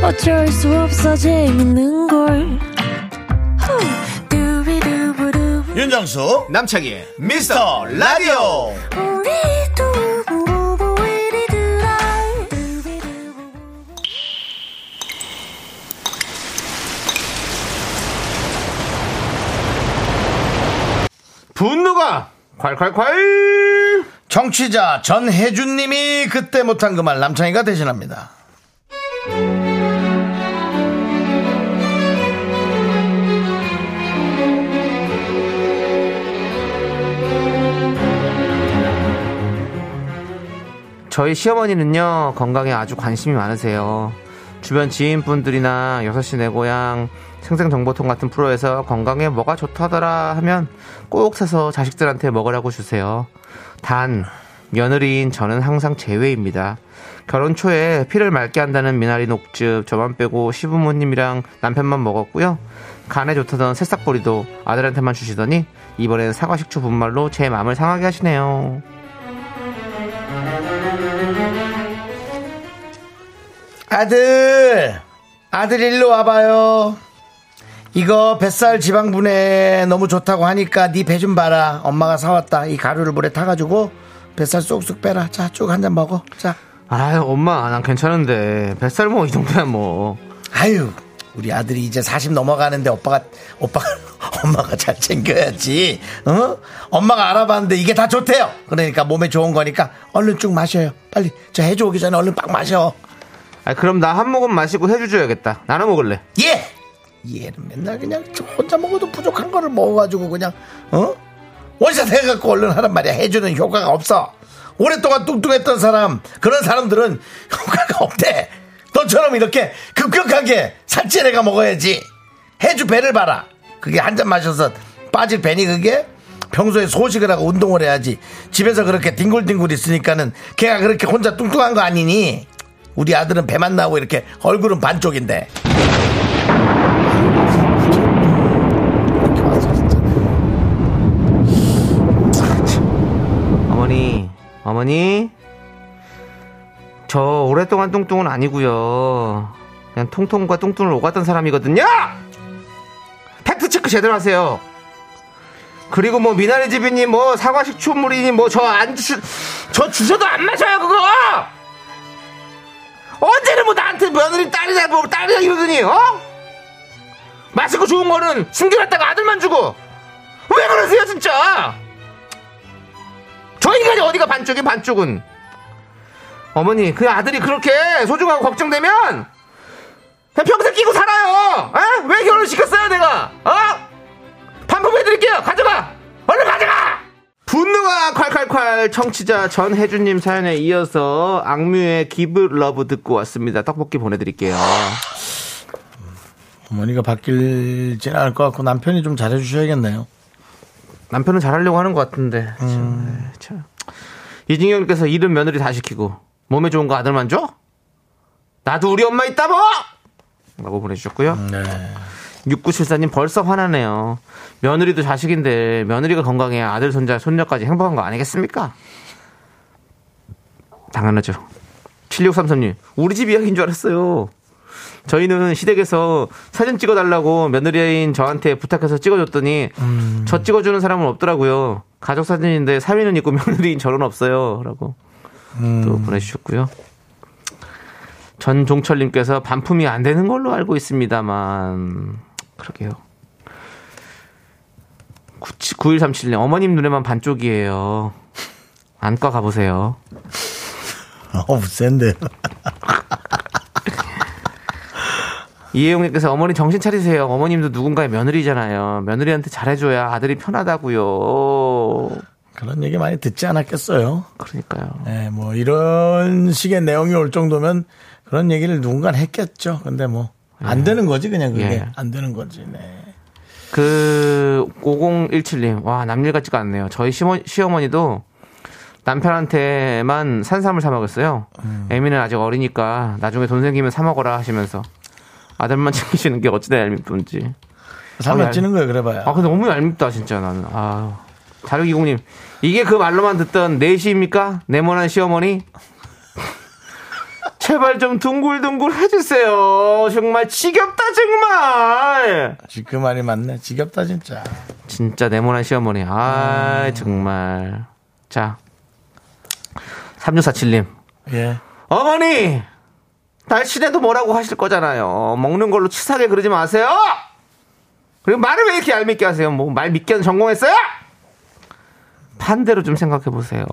D: 어쩔 수 없어 재밌는 걸. 후. 두비두부두부.
A: 윤정수
C: 남창희의
A: 미스터 라디오
B: 분노가 콸콸콸
A: 정취자 전혜준님이 그때 못한 그 말 남창희가 대신합니다.
B: 저희 시어머니는요 건강에 아주 관심이 많으세요 주변 지인분들이나 6시 내 고향 생생정보통 같은 프로에서 건강에 뭐가 좋다더라 하면 꼭 사서 자식들한테 먹으라고 주세요 단 며느리인 저는 항상 제외입니다 결혼 초에 피를 맑게 한다는 미나리 녹즙 저만 빼고 시부모님이랑 남편만 먹었고요 간에 좋다던 새싹보리도 아들한테만 주시더니 이번엔 사과식초 분말로 제 마음을 상하게 하시네요
A: 아들 아들 일로 와봐요. 이거 뱃살 지방분해 너무 좋다고 하니까 네 배 좀 봐라. 엄마가 사왔다. 이 가루를 물에 타가지고 뱃살 쏙쏙 빼라. 자 쭉 한 잔 먹어. 자
B: 아유 엄마 난 괜찮은데 뱃살 뭐 이 정도야 뭐
A: 아유 우리 아들이 이제 40 넘어가는데 오빠가 오빠가 (laughs) 엄마가 잘 챙겨야지. 어? 엄마가 알아봤는데 이게 다 좋대요. 그러니까 몸에 좋은 거니까 얼른 쭉 마셔요. 빨리 저 해주 오기 전에 얼른 빡 마셔.
B: 아 그럼 나 한 모금 마시고 해주줘야겠다 나눠 먹을래
A: 예. 얘는 맨날 그냥 저 혼자 먹어도 부족한 거를 먹어가지고 그냥 어 원샷 해갖고 얼른 하란 말이야 해주는 효과가 없어 오랫동안 뚱뚱했던 사람 그런 사람들은 (laughs) 효과가 없대 너처럼 이렇게 급격하게 살찐 애가 먹어야지 해주 배를 봐라 그게 한 잔 마셔서 빠질 배니 그게 평소에 소식을 하고 운동을 해야지 집에서 그렇게 뒹굴뒹굴 있으니까는 걔가 그렇게 혼자 뚱뚱한 거 아니니 우리 아들은 배만 나오고 이렇게 얼굴은 반쪽인데
B: 어머니 어머니 저 오랫동안 뚱뚱은 아니고요 그냥 통통과 뚱뚱을 오갔던 사람이거든요 팩트체크 제대로 하세요 그리고 뭐 미나리집이니 뭐 사과식초물이니 뭐 저 안 주셔 저 주셔도 안 마셔요 그거 언제는 뭐 나한테 며느리 딸이다 뭐 딸이다 이러더니 어? 맛있고 좋은 거는 숨겨놨다가 아들만 주고 왜 그러세요 진짜 저 인간이 어디가 반쪽이 반쪽은 어머니 그 아들이 그렇게 소중하고 걱정되면 그냥 평생 끼고 살아요 에? 왜 결혼 시켰어요 내가 어? 반품해드릴게요 가져가 얼른 가져가 분노가 콸콸콸 청취자 전혜준님 사연에 이어서 악뮤의 기브 러브 듣고 왔습니다 떡볶이 보내드릴게요
A: 어머니가 바뀔진 않을 것 같고 남편이 좀 잘해주셔야겠네요.
B: 남편은 잘하려고 하는 것 같은데. 참, 네, 참. 이진경님께서 이름 며느리 다 시키고 몸에 좋은 거 아들만 줘? 나도 우리 엄마 있다 뭐! 라고 보내주셨고요. 6974님 벌써 화나네요. 며느리도 자식인데 며느리가 건강해 아들 손자 손녀까지 행복한 거 아니겠습니까? 당연하죠. 7633님 우리 집 이야기인 줄 알았어요. 저희는 시댁에서 사진 찍어달라고 며느리인 저한테 부탁해서 찍어줬더니 저 찍어주는 사람은 없더라고요. 가족 사진인데 사위는 있고 며느리인 저는 없어요라고 또 보내주셨고요. 전종철님께서 반품이 안 되는 걸로 알고 있습니다만 그러게요. 9137님 어머님 눈에만 반쪽이에요. 안과 가보세요.
A: 어우 센데.
B: 이혜용님께서 어머니 정신 차리세요. 어머님도 누군가의 며느리잖아요. 며느리한테 잘해줘야 아들이 편하다고요.
A: 그런 얘기 많이 듣지 않았겠어요.
B: 그러니까요.
A: 예, 뭐 이런 식의 내용이 올 정도면 그런 얘기를 누군가 했겠죠. 근데 뭐 안 되는 거지 그냥 그게
B: 예.
A: 안 되는 거지. 네.
B: 그 5017님 와 남일 같지가 않네요. 저희 시어, 시어머니도 남편한테만 산삼을 사 먹었어요. 애미는 아직 어리니까 나중에 돈 생기면 사 먹어라 하시면서 아들만 (laughs) 챙기시는 게 어찌나 얄밉던지.
A: 삶을
B: 아니,
A: 찌는 거예요, 그래봐야.
B: 아 근데 너무 얄밉다 진짜 나는 아 자료기공님 이게 그 말로만 듣던 내시입니까 네모난 시어머니 (laughs) 제발 좀 둥글둥글 해주세요. 정말 지겹다 정말.
A: 지그 말이 맞네. 지겹다 진짜.
B: 진짜 네모난 시어머니. 아 정말. 자 3647님.
A: 예.
B: 어머니 날씬해도 뭐라고 하실 거잖아요. 먹는 걸로 치사하게 그러지 마세요. 그리고 말을 왜 이렇게 얄밉게 하세요? 뭐 말 믿기는 전공했어요? 반대로 좀 생각해 보세요.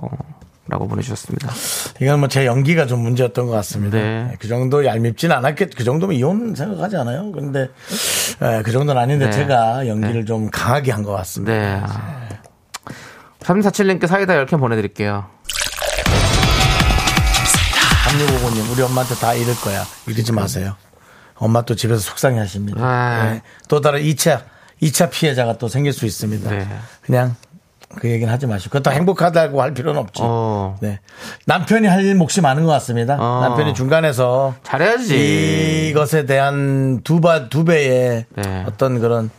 B: 라고 보내주셨습니다.
A: 이건 뭐 제 연기가 좀 문제였던 것 같습니다.
B: 네.
A: 그 정도 얄밉진 않았겠, 그 정도면 이혼 생각하지 않아요? 근데, 예, 그 정도는 아닌데
B: 네.
A: 제가 연기를 좀 강하게 한 것 같습니다.
B: 네. 347님께 사이다 10캔 보내드릴게요.
A: 3655님, 우리 엄마한테 다 이럴 거야. 이러지 마세요. 엄마 또 집에서 속상해 하십니다.
B: 아.
A: 예. 또 다른 2차, 2차 피해자가 또 생길 수 있습니다.
B: 네.
A: 그냥 그 얘기는 하지 마시고. 그것도 행복하다고 할 필요는 없죠.
B: 어.
A: 네. 남편이 할 일 몫이 많은 것 같습니다.
B: 어.
A: 남편이 중간에서
B: 잘해야지.
A: 이것에 대한 두, 바, 두 배의
B: 네.
A: 어떤 그런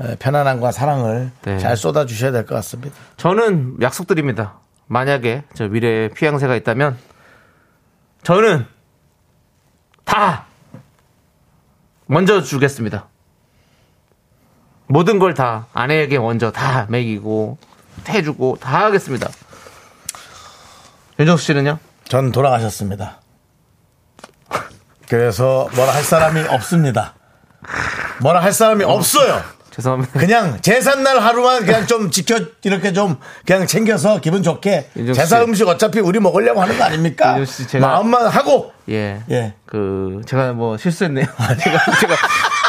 A: 에, 편안함과 사랑을
B: 네.
A: 잘 쏟아주셔야 될 것 같습니다.
B: 저는 약속드립니다. 만약에 저 미래에 피양새가 있다면 저는 다 먼저 주겠습니다. 모든 걸 다 아내에게 먼저 다 먹이고 해주고 다 하겠습니다. 윤정수 씨는요?
A: 전 돌아가셨습니다. 그래서 뭐라 할 사람이 없습니다. 뭐라 할 사람이 없어요.
B: 죄송합니다. (laughs)
A: 그냥 제삿날 하루만 그냥 좀 지켜 이렇게 좀 그냥 챙겨서 기분 좋게
B: 윤정 씨.
A: 제사 음식 어차피 우리 먹으려고 하는 거 아닙니까?
B: 윤정 씨, 제가-
A: 마음만 하고
B: 예.
A: 예.
B: 그 제가 뭐 실수했네요. (laughs) 제가 제가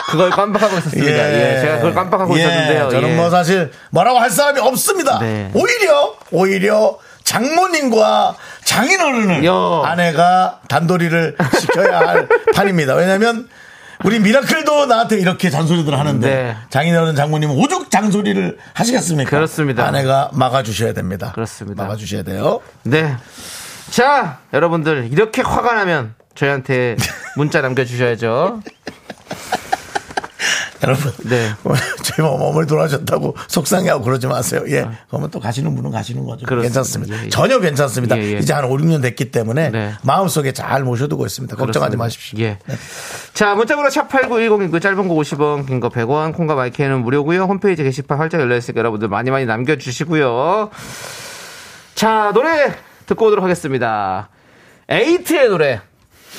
B: 그걸 깜빡하고 있었습니다. 예. 제가 그걸 깜빡하고
A: 예,
B: 있었는데요.
A: 저는
B: 예.
A: 뭐 사실 뭐라고 할 사람이 없습니다.
B: 네.
A: 오히려 오히려 장모님과 장인어른을
B: 요.
A: 아내가 단도리를 시켜야
B: (laughs)
A: 할 판입니다. 왜냐하면 우리 미라클도 나한테 이렇게 잔소리들 하는데
B: 네.
A: 장인어른 장모님 은 오죽 잔소리를 하시겠습니까?
B: 그렇습니다.
A: 아내가 막아주셔야 됩니다.
B: 그렇습니다.
A: 막아주셔야 돼요.
B: 네. 자, 여러분들 이렇게 화가 나면 저희한테 문자 남겨주셔야죠.
A: 여러분,
B: 네.
A: (laughs) 저희 몸을 돌아셨다고 속상해하고 그러지 마세요. 예. 그러면 또 가시는 분은 가시는 거죠.
B: 아. 그렇습니다.
A: 괜찮습니다.
B: 예, 예.
A: 전혀 괜찮습니다.
B: 예, 예.
A: 이제 한 5, 6년 됐기 때문에
B: 네.
A: 마음속에 잘 모셔두고 있습니다. 걱정하지
B: 그렇습니다.
A: 마십시오.
B: 예. 자, 문자번호 샵8910이고 짧은 거 50원, 긴 거 100원, 콩과 마이크는 무료고요. 홈페이지 게시판 활짝 열려있으니까 여러분들 많이 많이 남겨주시고요. 자, 노래 듣고 오도록 하겠습니다. 에이트의 노래.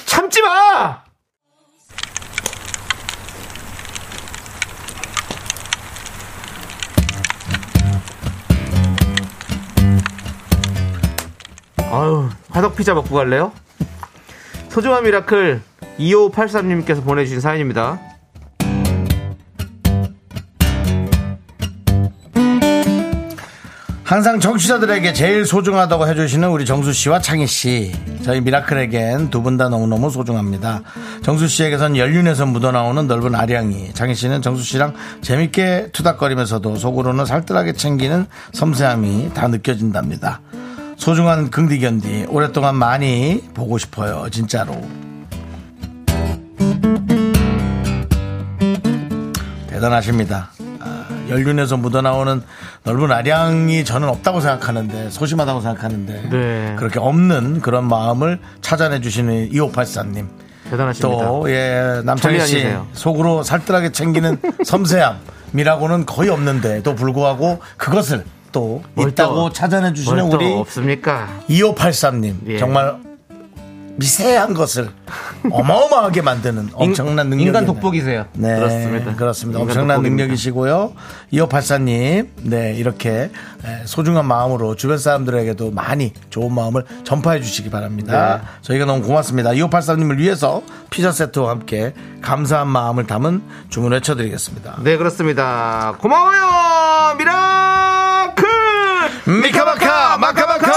B: 참지 마! 아유, 화덕피자 먹고 갈래요? 소중한 미라클 2583님께서 보내주신 사연입니다.
A: 항상 정치자들에게 제일 소중하다고 해주시는 우리 정수 씨와 창희 씨. 저희 미라클에겐 두 분 다 너무너무 소중합니다. 정수 씨에게선 연륜에서 묻어나오는 넓은 아량이, 창희 씨는 정수 씨랑 재밌게 투닥거리면서도 속으로는 살뜰하게 챙기는 섬세함이 다 느껴진답니다. 소중한 긍디견디, 오랫동안 많이 보고 싶어요, 진짜로. 대단하십니다. 아, 연륜에서 묻어나오는 넓은 아량이 저는 없다고 생각하는데 소심하다고 생각하는데
B: 네.
A: 그렇게 없는 그런 마음을 찾아내 주시는 2584님
B: 대단하십니다.
A: 또예 남창희 씨
B: 천리안이세요.
A: 속으로 살뜰하게
B: (laughs)
A: 챙기는 섬세함이라고는 거의 없는데도 불구하고 그것을 또
B: 뭘
A: 있다고
B: 또,
A: 찾아내 주시는
B: 뭘또
A: 우리
B: 없습니까?
A: 2583님
B: 예.
A: 정말 미세한 것을 어마어마하게 만드는 엄청난 능력이
B: 인간
A: 있네요.
B: 독보기세요.
A: 네,
B: 그렇습니다.
A: 그렇습니다. 그렇습니다.
B: 인간
A: 엄청난
B: 돋보기입니다.
A: 능력이시고요. 2584님, 네, 이렇게 에, 소중한 마음으로 주변 사람들에게도 많이 좋은 마음을 전파해 주시기 바랍니다.
B: 네.
A: 저희가 너무 고맙습니다. 2584님을 위해서 피자 세트와 함께 감사한 마음을 담은 주문 외쳐드리겠습니다.
B: 네 그렇습니다. 고마워요 미라클.
A: 미카마카! 마카마카!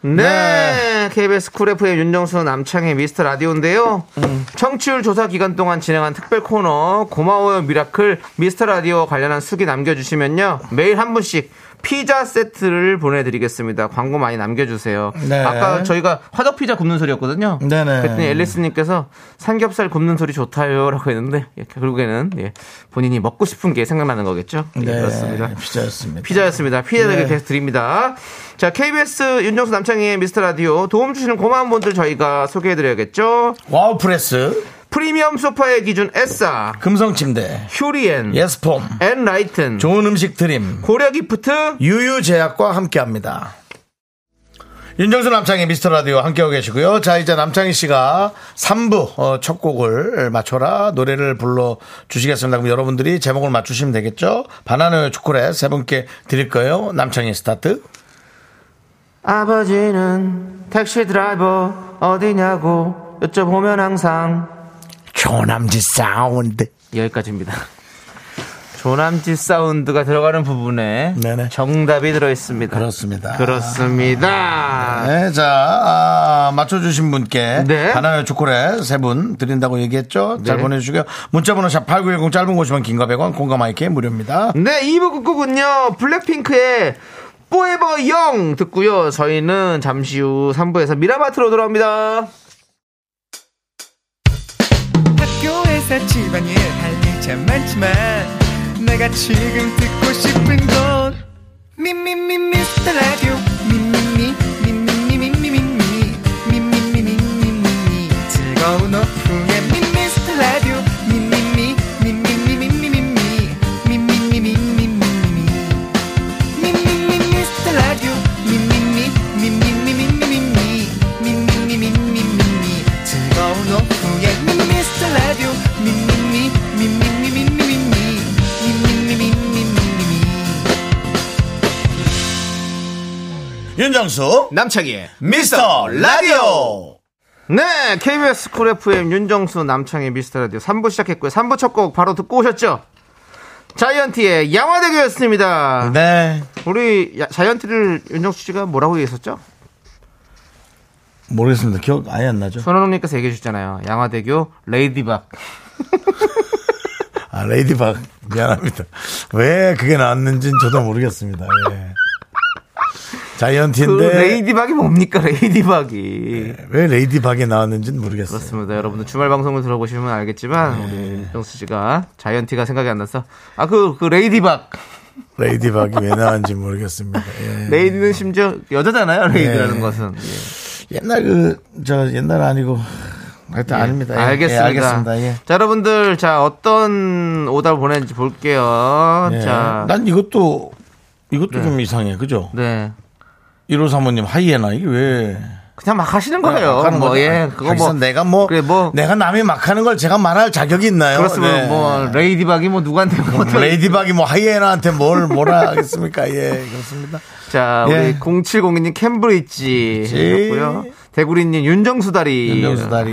B: 네, KBS 쿨 FM 윤정수 남창의 미스터 라디오인데요.
A: 음.
B: 청취율 조사 기간 동안 진행한 특별 코너 고마워요 미라클 미스터 라디오 관련한 수기 남겨주시면요 매일 한 분씩 피자 세트를 보내드리겠습니다. 광고 많이 남겨주세요.
A: 네.
B: 아까 저희가 화덕 피자 굽는 소리였거든요.
A: 네네.
B: 그랬더니 앨리스님께서 삼겹살 굽는 소리 좋다요라고 했는데 예, 결국에는 예, 본인이 먹고 싶은 게 생각나는 거겠죠. 예,
A: 네,
B: 그렇습니다.
A: 피자였습니다.
B: 피자였습니다. 피자 되게
A: 네.
B: 계속 드립니다. 자, KBS 윤정수 남창희의 미스터 라디오 도움 주시는 고마운 분들 저희가 소개해드려야겠죠.
A: 와우 프레스,
B: 프리미엄 소파의 기준 에싸,
A: 금성 침대,
B: 큐리엔,
A: 예스폼,
B: 엔라이튼,
A: 좋은 음식 드림,
B: 고려 기프트,
A: 유유제약과 함께합니다. 윤정수 남창희 미스터 라디오 함께하고 계시고요. 자, 이제 남창희 씨가 3부 어, 첫 곡을 맞춰라 노래를 불러 주시겠습니다. 그럼 여러분들이 제목을 맞추시면 되겠죠? 바나나의 초콜릿 세 분께 드릴 거예요. 남창희 스타트.
B: 아버지는 택시 드라이버 어디냐고 여쭤보면 항상
A: 조남지 사운드.
B: 여기까지입니다. 조남지 사운드가 들어가는 부분에
A: 네네.
B: 정답이 들어있습니다.
A: 그렇습니다.
B: 그렇습니다.
A: 네, 자, 아, 맞춰주신 분께
B: 네.
A: 바나나 초콜릿 세 분 드린다고 얘기했죠? 잘
B: 네.
A: 보내주시고요. 문자번호 샵8910 짧은 50원 긴가 100원 공감 마이크 무료입니다.
B: 네, 2부 끝곡은요, 블랙핑크의 포에버 영 듣고요. 저희는 잠시 후 3부에서 미라마트로 돌아옵니다.
E: 학교에서 집안일 할 일 참 많지만 내가 지금 듣고 싶은 건 미미미 미스터 라디오 미미미 미미미 미미미 미미미 미미미 즐거운 오후에 미스터 라디오 미미미 미미미 미미미 미미미 미미미
A: 윤정수,
C: 남창희의
A: 미스터 라디오!
B: 네, KBS 쿨 FM 윤정수 남창의 미스터 라디오 3부 시작했고요. 3부 첫 곡 바로 듣고 오셨죠? 자이언티의 양화대교였습니다.
A: 네.
B: 우리 야- 자이언티를 윤정수 씨가 뭐라고 얘기했었죠?
A: 모르겠습니다. 기억 아예 안 나죠?
B: 손원웅님께서 얘기해 주셨잖아요. 양화대교 레이디박.
A: 아, 레이디박. 미안합니다. 왜 그게 나왔는지는 저도 모르겠습니다. 예.
B: 그
A: 자이언티인데. 네.
B: 레이디박이 뭡니까? 레이디박이.
A: 왜 레이디박이 나왔는지는 모르겠어요.
B: 그렇습니다. 여러분들 주말 방송을 들어보시면
A: 네.
B: 알겠지만 우리 정수 씨가 자이언티가 생각이 안 나서 아 그 그 레이디박
A: 레이디박이 왜 나왔는지 모르겠습니다. 예.
B: 레이디는 심지어 여자잖아요. 레이디라는
A: 네.
B: 것은
A: 옛날 그, 저, 옛날 아니고. 하여튼 아닙니다. 예.
B: 알겠습니다.
A: 예, 알겠습니다. 예.
B: 자 여러분들 자 어떤 오답 보내는지 볼게요.
A: 예.
B: 자
A: 난 이것도, 이것도 좀 이상해. 그죠?
B: 네.
A: 1호 사모님 하이에나 이게 왜
B: 그냥 막 하시는 거예요.
A: 네, 막하는
B: 뭐,
A: 거죠?
B: 예, 그거
A: 거기서
B: 뭐,
A: 내가 뭐,
B: 그래, 뭐,
A: 내가 남이 막하는 걸 제가 말할 자격이 있나요?
B: 그렇으면
A: 네.
B: 뭐, 레이디박이 뭐, 누구한테 뭐,
A: 뭐 레이디박이 뭐 하이에나한테 뭘 뭐라 하겠습니까? 예,
B: (laughs)
A: 그렇습니다.
B: 자, 우리
A: 예.
B: 0702님 캠브리지.
A: 캠브리지.
B: 했고요. 대구리님 윤정수 다리.
A: 윤정수 다리,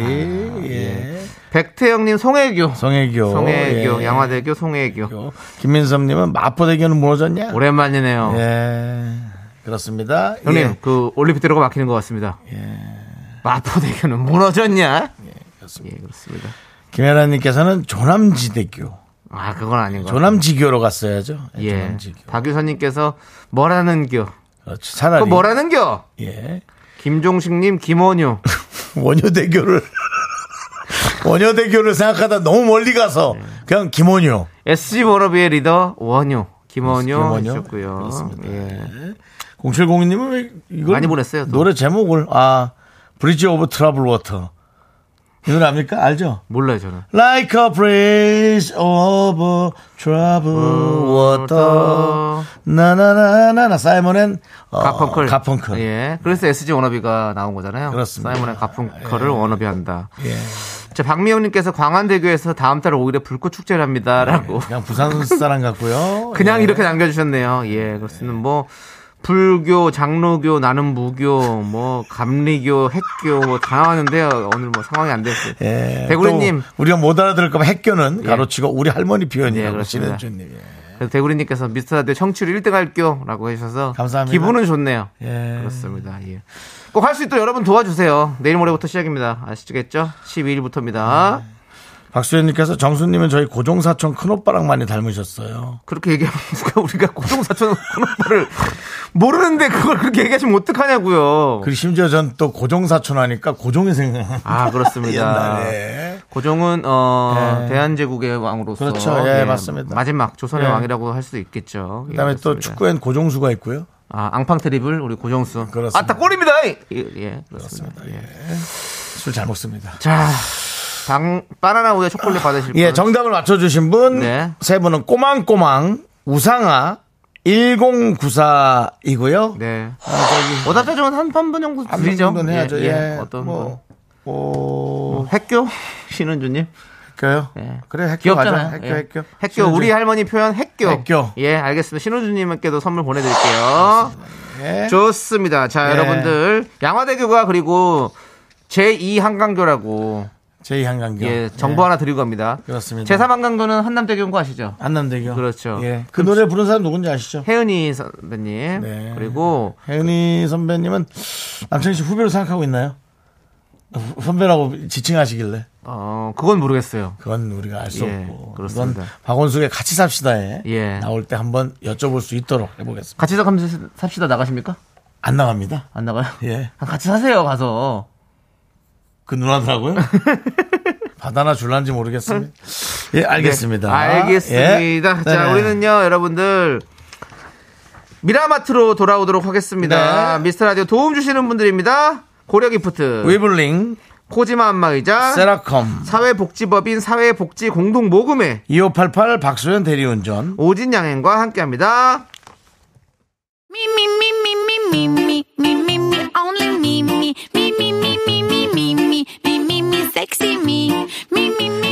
A: 예.
B: 백태영님 송혜교.
A: 성혜교.
B: 아, 송혜교,
A: 예.
B: 양화대교, 송혜교.
A: 김민섭님은 마포대교는 무너졌냐?
B: 오랜만이네요.
A: 예. 그렇습니다.
B: 형님,
A: 예,
B: 그 올림픽 대로가 막히는 것 같습니다. 마포대교는 무너졌냐? 예, 그렇습니다.
A: 김혜란님께서는 조남지대교.
B: 아, 그건 아닌 것 같아요.
A: 조남지교로 갔어야죠. 예.
B: 예.
A: 조남지교.
B: 박유선님께서 뭐라는 겨?
A: 그렇죠.
B: 그
A: 차라리.
B: 뭐라는 겨?
A: 예.
B: 김종식님,
A: (laughs)
B: 김원효.
A: 원효대교를. (laughs) 원효대교를 생각하다 너무 멀리 가서
B: 예.
A: 그냥 김원효.
B: SG 워너비의 리더 원효. 김원효
A: 김원효.
B: 해주셨고요.
A: 그렇습니다.
B: 예.
A: 0702님은 왜 이걸
B: 많이 보냈어요, 또.
A: 노래 제목을 아 브리지 오브 트러블 워터 이 노래 압니까? 알죠?
B: 몰라요, 저는.
A: Like a bridge over troubled water 나나나나나 사이먼 앤 어,
B: 가펑클.
A: 가펑클
B: 예. 그래서 SG 워너비가 나온 거잖아요.
A: 그렇습니다.
B: 사이먼의 가펑클을 워너비 한다.
A: 예.
B: 자, 박미영님께서 광안대교에서 다음 달 5일에 불꽃 축제를 합니다라고.
A: 그냥 부산 사람 같고요
B: (laughs) 그냥
A: 예.
B: 이렇게 남겨주셨네요. 예, 그렇습니다. 뭐, 불교, 장로교, 나는 무교, 뭐, 감리교, 핵교, 뭐, 다 나왔는데요. 오늘 뭐 상황이 안 됐어요.
A: 예.
B: 대구리님.
A: 또 우리가 못 알아들을까 봐 핵교는 가로치고 우리 할머니
B: 예,
A: 표현이라고
B: 그렇습니다.
A: 신은주님 예.
B: 그래서 대구리님께서 미스터라디오 청취율 1등 할교 라고 해주셔서.
A: 감사합니다.
B: 기분은 좋네요.
A: 예.
B: 그렇습니다. 예. 꼭 할 수 있도록 여러분 도와주세요. 내일 모레부터 시작입니다. 아시겠죠?
A: 아,
B: 12일부터입니다.
A: 네. 박수현님께서 정수님은 저희 고종사촌 큰오빠랑 많이 닮으셨어요
B: 그렇게 얘기하면 (laughs) 누가 우리가 고종사촌 큰오빠를 모르는데 그걸 그렇게 얘기하시면 어떡하냐고요.
A: 그리고 심지어 전 또 고종사촌 하니까 고종이 생각.
B: 아, 그렇습니다.
A: (laughs) 옛날에.
B: 고종은 어
A: 예.
B: 대한제국의 왕으로서
A: 그렇죠. 예, 맞습니다.
B: 마지막 조선의
A: 예.
B: 왕이라고 할 수 있겠죠. 예,
A: 그다음에 또
B: 그렇습니다.
A: 축구엔 고종수가 있고요.
B: 아, 앙팡 트리블 우리 고정수.
A: 그렇습니다.
B: 아따 골입니다. 예, 예, 그렇습니다.
A: 술 잘 먹습니다.
B: 자, 당 바나나 우유 초콜릿 받으실 분.
A: 예, 정답을 맞춰주신 분,
B: 네.
A: 세 분은 꼬망꼬망, 우상아, 1094이고요.
B: 네. 오답자 중은 한한분 정도
A: 한
B: 드리죠.
A: 정도는 해야죠.
B: 예, 예.
A: 예,
B: 어떤
A: 뭐, 오,
B: 분? 핵교 (laughs) 신은주님.
A: 핵교요?
B: 예.
A: 그래, 핵교
B: 귀엽잖아요.
A: 맞아. 핵교,
B: 예.
A: 핵교.
B: 핵교 우리 할머니 표현 핵교.
A: 핵교.
B: 예, 알겠습니다. 신우주님께도 선물 보내드릴게요.
A: 예.
B: 좋습니다. 자,
A: 예.
B: 여러분들 양화대교가 그리고 제2 한강교라고
A: 제2한강교.
B: 예, 정보 하나 드리고 갑니다.
A: 그렇습니다.
B: 제3 한강교는 한남대교인 거 아시죠?
A: 안남대교.
B: 그렇죠.
A: 예. 그 노래 부른 사람 누군지 아시죠?
B: 혜은이 선배님
A: 네.
B: 그리고
A: 혜은이 선배님은 남창희 씨 후배로 생각하고 있나요? 후- 선배라고 지칭하시길래.
B: 어 그건 모르겠어요.
A: 그건 우리가 알 수
B: 예,
A: 없고.
B: 그렇습니다.
A: 그건 박원숙의 같이 삽시다에
B: 예.
A: 나올 때 한번 여쭤볼 수 있도록 해보겠습니다.
B: 같이 사감사 삽시다 나가십니까?
A: 안 나갑니다.
B: 안 나가요?
A: 예.
B: 아, 같이 사세요 가서.
A: 그
B: (laughs)
A: 누나더라고요. 받아나 줄란지 모르겠습니다. 예, 알겠습니다.
B: 네, 알겠습니다.
A: 예.
B: 자
A: 네네.
B: 우리는요 여러분들 미라마트로 돌아오도록 하겠습니다.
A: 네.
B: 미스터 라디오 도움 주시는 분들입니다. 고려기프트,
A: 위블링,
B: 코지마 안마의자,
A: 세라컴,
B: 사회복지법인 사회복지 공동모금회
A: 2588 박소연 대리운전,
B: 오진 양행과 함께합니다.
D: Me, me, me, me, me, me, me, me, me, me, only me, me, me, me, me, me, me, me, me, me, me, me, sexy me, me, me, me.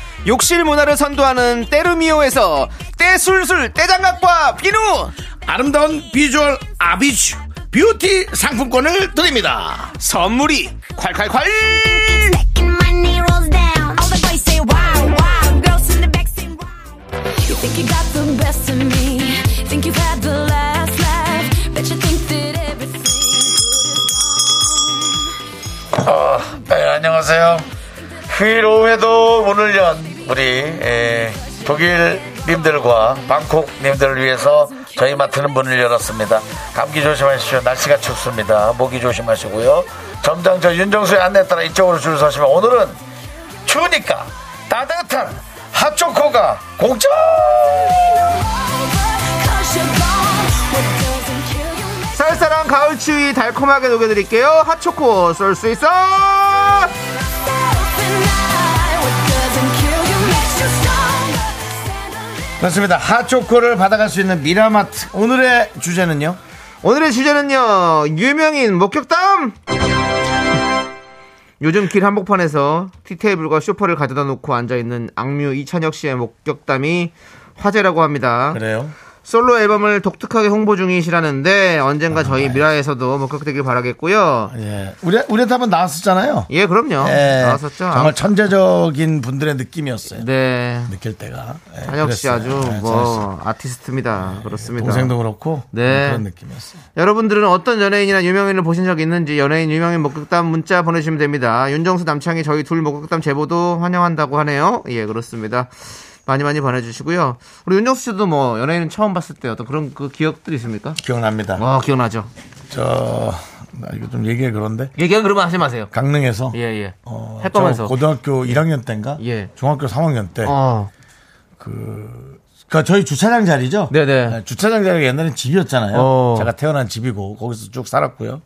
B: 욕실 문화를 선도하는 때르미오에서 때술술 때장갑과 비누
C: 아름다운 비주얼 아비쥬 뷰티 상품권을 드립니다.
B: 선물이 콸콸콸!
D: Second money rolls down. All the boys say wow, wow. Girls in the back say wow. You think you got the best of me? Think you've had the last laugh? Bet you think that everything good is gone.
A: 네, 안녕하세요. 휴일 오후에도 문을 연 우리 에, 독일님들과 방콕님들을 위해서 저희 마트는 문을 열었습니다. 감기 조심하십시오. 날씨가 춥습니다. 모기 조심하시고요. 점장 저 윤정수의 안내에 따라 이쪽으로 줄 서시면 오늘은 추우니까 따뜻한 핫초코가 공짜!
D: Cause you're gone. What doesn't kill you makes
B: 쌀쌀한 가을 추위 달콤하게 녹여드릴게요. 핫초코 쏠 수 있어!
D: open eye. What doesn't kill you makes you stronger. Stand a little
A: 그렇습니다. 핫초코를 받아갈 수 있는 미라마트. 오늘의 주제는요?
B: 오늘의 주제는요. 유명인 목격담! 요즘 길 한복판에서 티테이블과 쇼파를 가져다 놓고 앉아있는 악뮤 이찬혁 씨의 목격담이 화제라고 합니다.
A: 그래요.
B: 솔로 앨범을 독특하게 홍보 중이시라는데
A: 아,
B: 언젠가 저희
A: 네.
B: 미라에서도 목격되길 바라겠고요.
A: 예. 우리, 우리 답은 나왔었잖아요.
B: 예, 그럼요.
A: 예,
B: 나왔었죠. 아.
A: 정말 천재적인 분들의 느낌이었어요.
B: 네.
A: 느낄 때가. 예,
B: 찬혁 씨 아주
A: 그랬어요. 예, 찬혁
B: 뭐 아티스트입니다.
A: 씨.
B: 그렇습니다.
A: 동생도 그렇고
B: 네.
A: 그런 느낌이었어요.
B: 여러분들은 어떤 연예인이나 유명인을 보신 적이 있는지 연예인 유명인 목격담 문자 보내주시면 됩니다. 윤정수 남창희 저희 둘 목격담 제보도 환영한다고 하네요. 예, 그렇습니다. 많이 많이 보내주시고요. 우리 윤정수 씨도 뭐 연예인 처음 봤을 때 어떤 그런 그 기억들이 있습니까?
A: 기억납니다.
B: 와 기억나죠.
A: 저 나 이거 좀 얘기해 그런데
B: 얘기는 그러면 하지 마세요.
A: 강릉에서
B: 예, 예.
A: 어,
B: 할 거면서.
A: 저 고등학교 1학년 때인가
B: 예.
A: 중학교 3학년 때
B: 어.
A: 그러니까 저희 주차장 자리죠.
B: 네네.
A: 네, 주차장 자리가 옛날엔 집이었잖아요.
B: 어.
A: 제가 태어난 집이고 거기서 쭉 살았고요.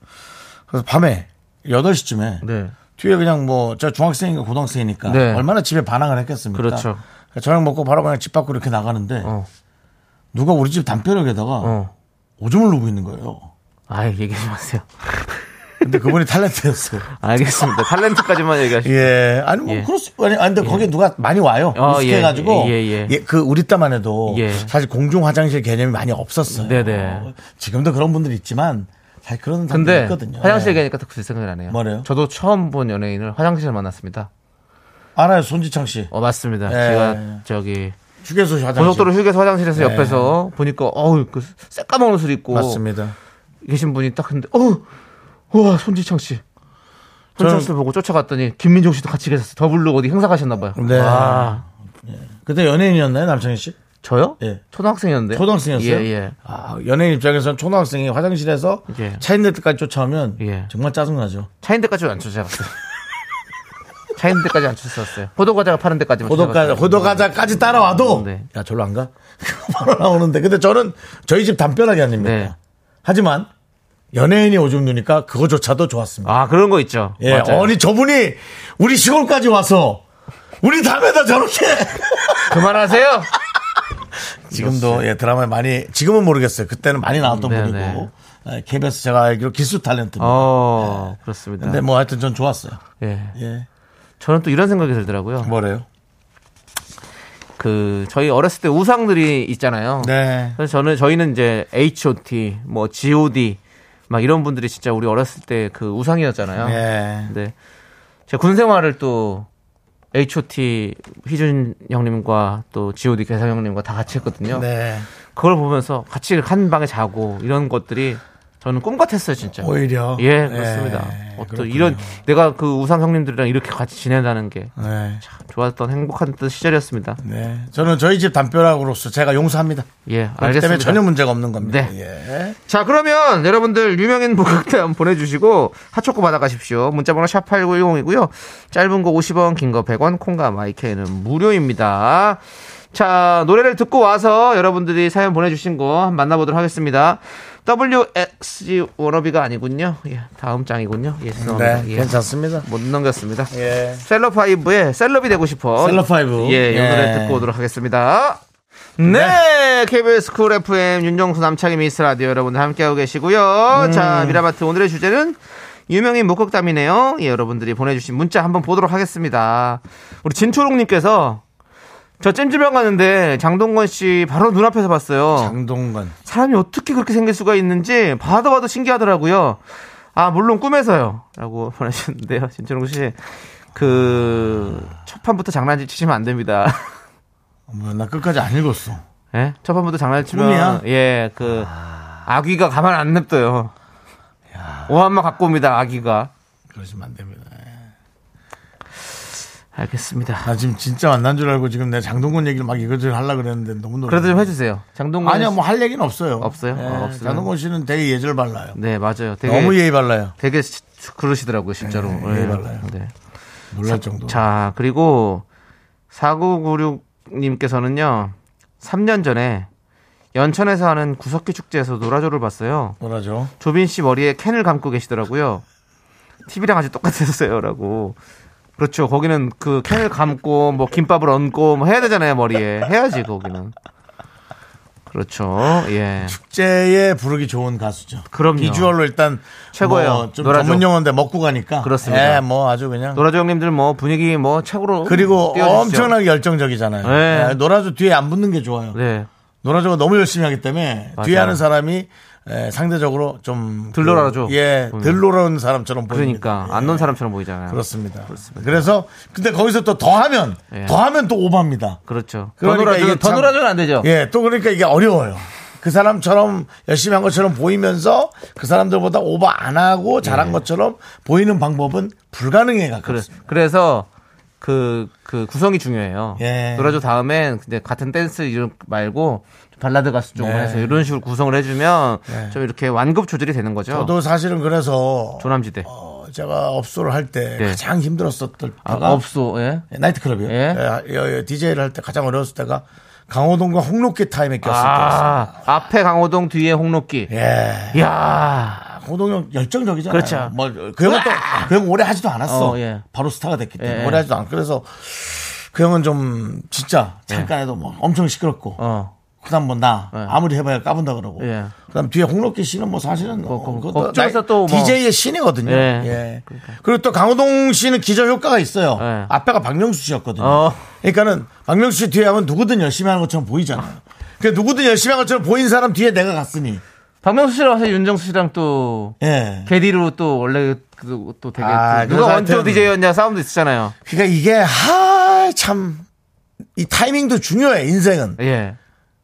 A: 그래서 밤에 8시쯤에
B: 네.
A: 뒤에 그냥 뭐 저 중학생인가 고등학생이니까
B: 네.
A: 얼마나 집에 반항을 했겠습니까?
B: 그렇죠.
A: 그러니까 저녁 먹고 바로 그냥 집 밖으로 이렇게 나가는데
B: 어.
A: 누가 우리 집 담벼락에다가
B: 어.
A: 오줌을 누고 있는 거예요.
B: 아 얘기하지 마세요.
A: 근데 그분이 탤런트였어요.
B: 알겠습니다. 탤런트까지만 얘기하시죠.
A: 예. 아니, 뭐,
B: (laughs) 예.
A: 그럴 수, 아니, 아니, 근데 거기에 누가 많이 와요.
B: 어,
A: 익숙해가지고.
B: 예, 예, 예.
A: 그, 우리 때만 해도
B: 예.
A: 사실 공중 화장실 개념이 많이 없었어요.
B: 네네.
A: 지금도 그런 분들 있지만 사실 그런 사람들
B: 근데
A: 있거든요.
B: 화장실
A: 예.
B: 얘기하니까 딱 생각이 나네요.
A: 뭐래요?
B: 저도 처음 본 연예인을 화장실에 만났습니다.
A: 알아요, 손지창 씨.
B: 어 맞습니다.
A: 예.
B: 제가 저기
A: 휴게소 화장실.
B: 고속도로 휴게소 화장실에서
A: 네.
B: 옆에서 보니까 어우 그 새까만 옷을 입고
A: 맞습니다.
B: 계신 분이 딱 근데 어우 와 손지창 씨 현철 씨 보고 쫓아갔더니 김민종 씨도 같이 계셨어요. 더블로 어디 행사 가셨나 봐요.
A: 네.
B: 와.
A: 그때 연예인이었나요, 남창희 씨?
B: 저요?
A: 예.
B: 초등학생이었는데.
A: 초등학생이었어요?
B: 예, 예.
A: 아, 연예인 입장에서는 초등학생이 화장실에서
B: 예.
A: 차인들 때까지 쫓아오면
B: 예.
A: 정말 짜증나죠.
B: 차인 데까지 안 쫓아갔어요. (laughs) 차인 데까지 안 쫓아갔어요. 호도과자가 파는 데까지만
A: 호도과자,
B: 쫓아갔어요.
A: 호도과자까지 따라와도
B: 네.
A: 야, 절로 안 가? (laughs) 바로 나오는데. 근데 저는 저희 집 담벼락이 아닙니다.
B: 네.
A: 하지만 연예인이 오줌 누니까 그거조차도 좋았습니다.
B: 아, 그런 거 있죠.
A: 예,
B: 맞아요.
A: 아니 저분이 우리 시골까지 와서 우리 담에다
B: (laughs)
A: 저렇게 (laughs)
B: 그만하세요.
A: 지금도 (laughs) 예, 드라마에 많이 지금은 모르겠어요. 그때는 많이 나왔던
B: 네,
A: 분이고 예, KBS 제가 알기로 기수 탤런트입니다.
B: 어, 그렇습니다.
A: 근데 뭐 하여튼 전 좋았어요.
B: 예.
A: 예,
B: 저는 또 이런 생각이 들더라고요.
A: 뭐래요?
B: 그 저희 어렸을 때 우상들이 있잖아요.
A: 네.
B: 그래서 저는 저희는 이제 H.O.T. 뭐 G.O.D. 막 이런 분들이 진짜 우리 어렸을 때 그 우상이었잖아요.
A: 예.
B: 근데 제가 군 생활을 또 H.O.T. 희준 형님과 또 G.O.D. 개상 형님과 다 같이 했거든요.
A: 네.
B: 그걸 보면서 같이 한 방에 자고 이런 것들이 저는 꿈 같았어요, 진짜.
A: 오히려.
B: 예, 그렇습니다.
A: 예,
B: 어, 또
A: 그렇군요.
B: 이런 내가 그 우상 형님들이랑 이렇게 같이 지낸다는 게
A: 네.
B: 좋았던 행복한 던 시절이었습니다.
A: 네. 저는 저희 집 담벼락으로서 제가 용서합니다.
B: 예,
A: 그렇기 때문에
B: 알겠습니다.
A: 전혀 문제가 없는 겁니다.
B: 네.
A: 예.
B: 자, 그러면 여러분들 유명인 목격담 보내주시고 핫초코 받아가십시오. 문자번호 샵8910이고요. 짧은 거 50원, 긴 거 100원, 콩과 마이케이는 무료입니다. 자, 노래를 듣고 와서 여러분들이 사연 보내주신 거 한번 만나보도록 하겠습니다. WSG 워너비가 아니군요. 예, 다음 장이군요. 예, 죄송합니다.
A: 네.
B: 예,
A: 괜찮습니다.
B: 못 넘겼습니다.
A: 예.
B: 셀럽파이브의 셀럽이 되고 싶어.
A: 셀럽파이브.
B: 예, 이
A: 예.
B: 노래 듣고 오도록 하겠습니다. 네, KBS 쿨 FM 윤정수 남창희 미스 라디오 여러분들 함께하고 계시고요.
A: 음.
B: 자, 미라마트 오늘의 주제는 유명인 목격담이네요. 예, 여러분들이 보내주신 문자 한번 보도록 하겠습니다. 우리 진초롱님께서 저 찜질방 가는데 장동건 씨 바로 눈앞에서 봤어요.
A: 장동건.
B: 사람이 어떻게 그렇게 생길 수가 있는지 봐도 봐도 신기하더라고요. 아, 물론 꿈에서요. 라고 (laughs) 보내주셨는데요. 진철웅 씨. 그, 첫 판부터 장난질 치시면 안 됩니다. (laughs)
A: 어머, 나 끝까지 안 읽었어.
B: 예? 첫 판부터 장난을 치면.
A: 꿈이야?
B: 예, 그, 아귀가 가만 안 냅둬요. 오한마 갖고 옵니다, 아귀가.
A: 그러시면 안 됩니다. 예.
B: 알겠습니다.
A: 나 지금 진짜 만난 줄 알고 지금 내 장동건 얘기를 막 이것저것 하려고 그랬는데 너무 놀라.
B: 그래도 좀 해주세요. 장동건.
A: 아니요, 뭐 할 얘기는 없어요.
B: 없어요?
A: 예,
B: 어, 없으면-
A: 장동건 씨는 되게 예절 발라요.
B: 네, 맞아요. 되게.
A: 너무 예의 발라요.
B: 되게 시- 그러시더라고요, 진짜로.
A: 예, 예, 맞아요.
B: 네.
A: 놀랄 정도.
B: 자, 그리고 4996님께서는요, 3년 전에 연천에서 하는 구석기 축제에서 노라조를 봤어요.
A: 뭐라죠?
B: 조빈 씨 머리에 캔을 감고 계시더라고요. TV랑 아주 똑같았어요. 라고. 그렇죠. 거기는 그 캔을 감고, 뭐, 김밥을 얹고, 뭐 해야 되잖아요. 머리에. 해야지, 거기는. 그렇죠. 예.
A: 축제에 부르기 좋은 가수죠.
B: 그럼요.
A: 비주얼로 일단
B: 최고예요.
A: 뭐좀
B: 노라조.
A: 전문 용어인데 먹고 가니까.
B: 그렇습니다.
A: 예, 뭐 아주 그냥.
B: 노라조 형님들 뭐 분위기 뭐 최고로.
A: 그리고
B: 띄워주시죠.
A: 엄청나게 열정적이잖아요.
B: 네.
A: 예, 노라조 뒤에 안 붙는 게 좋아요.
B: 네.
A: 노라조가 너무 열심히 하기 때문에
B: 맞아요.
A: 뒤에 하는 사람이 예, 상대적으로 좀
B: 덜
A: 들
B: 놀아줘.
A: 예,
B: 보면.
A: 덜 놀아온 사람처럼 보입니다.
B: 음.
A: 예,
B: 그러니까. 안 논 사람처럼 보이잖아요.
A: 그렇습니다. 그래서 근데 거기서 또 더하면
B: 예.
A: 더하면 또 오바입니다.
B: 그렇죠.
A: 그러니까
B: 더 놀아줘,
A: 이게
B: 더
A: 참-
B: 놀아줘는 안 되죠.
A: 예, 또 그러니까 이게 어려워요. 그 사람처럼 열심히 한 것처럼 보이면서 그 사람들보다 오버 안 하고 잘한 것처럼 보이는 방법은 불가능해
B: 예. 그래,
A: 가깝습니다.
B: 그래서 그, 그 구성이 중요해요.
A: 예.
B: 놀아줘 다음엔 이제 같은 댄스 이런 거 말고 발라드 가수 쪽으로
A: 네.
B: 해서 이런 식으로 구성을 해주면 좀 이렇게 완급 조절이 되는 거죠.
A: 저도 사실은 그래서
B: 조남지대.
A: 어, 제가 업소를 할 때
B: 네.
A: 가장 힘들었었던
B: 아,
A: 때가
B: 업소, 예.
A: 예, 나이트클럽이요.
B: 예.
A: 예, 예, DJ를 할 때 가장 어려웠을 때가 강호동과 홍록기 타임에 꼈을 때였어요.
B: 아, 앞에 강호동, 뒤에 홍록기.
A: 네, 예.
B: 이야.
A: 호동이 형 열정적이잖아요.
B: 그렇죠.
A: 뭐, 그 형은 또, 그 형은 오래 하지도 않았어.
B: 어, 예.
A: 바로 스타가 됐기 때문에.
B: 예.
A: 오래 하지도 않고. 그래서 그 형은 좀, 진짜, 잠깐에도 뭐 엄청 시끄럽고.
B: 예. 어.
A: 그 다음 뭐 나,
B: 예.
A: 아무리 해봐야 까분다 그러고.
B: 예.
A: 그 다음 뒤에 홍록기 씨는 뭐 사실은.
B: 거- 거-
A: 그것도
B: 걱정해서
A: 나이-
B: 또 뭐-
A: DJ의 신이거든요.
B: 예.
A: 예. 그리고또 강호동 씨는 기저효과가 있어요.
B: 예.
A: 앞에가 박명수 씨였거든요.
B: 어.
A: 그러니까는 박명수 씨 뒤에 하면 누구든 열심히 하는 것처럼 보이잖아요. 그 누구든 열심히 하는 것처럼 보인 사람 뒤에 내가 갔으니.
B: 박명수 씨랑 와서 윤정수 씨랑 또.
A: 예.
B: 개디로 또 원래 그- 또 되게
A: 아,
B: 그-
A: 그래서
B: 누가 원조
A: 하여튼-
B: DJ였냐 싸움도 있었잖아요.
A: 그러니까 이게 하 참 이 타이밍도 중요해 인생은
B: 예.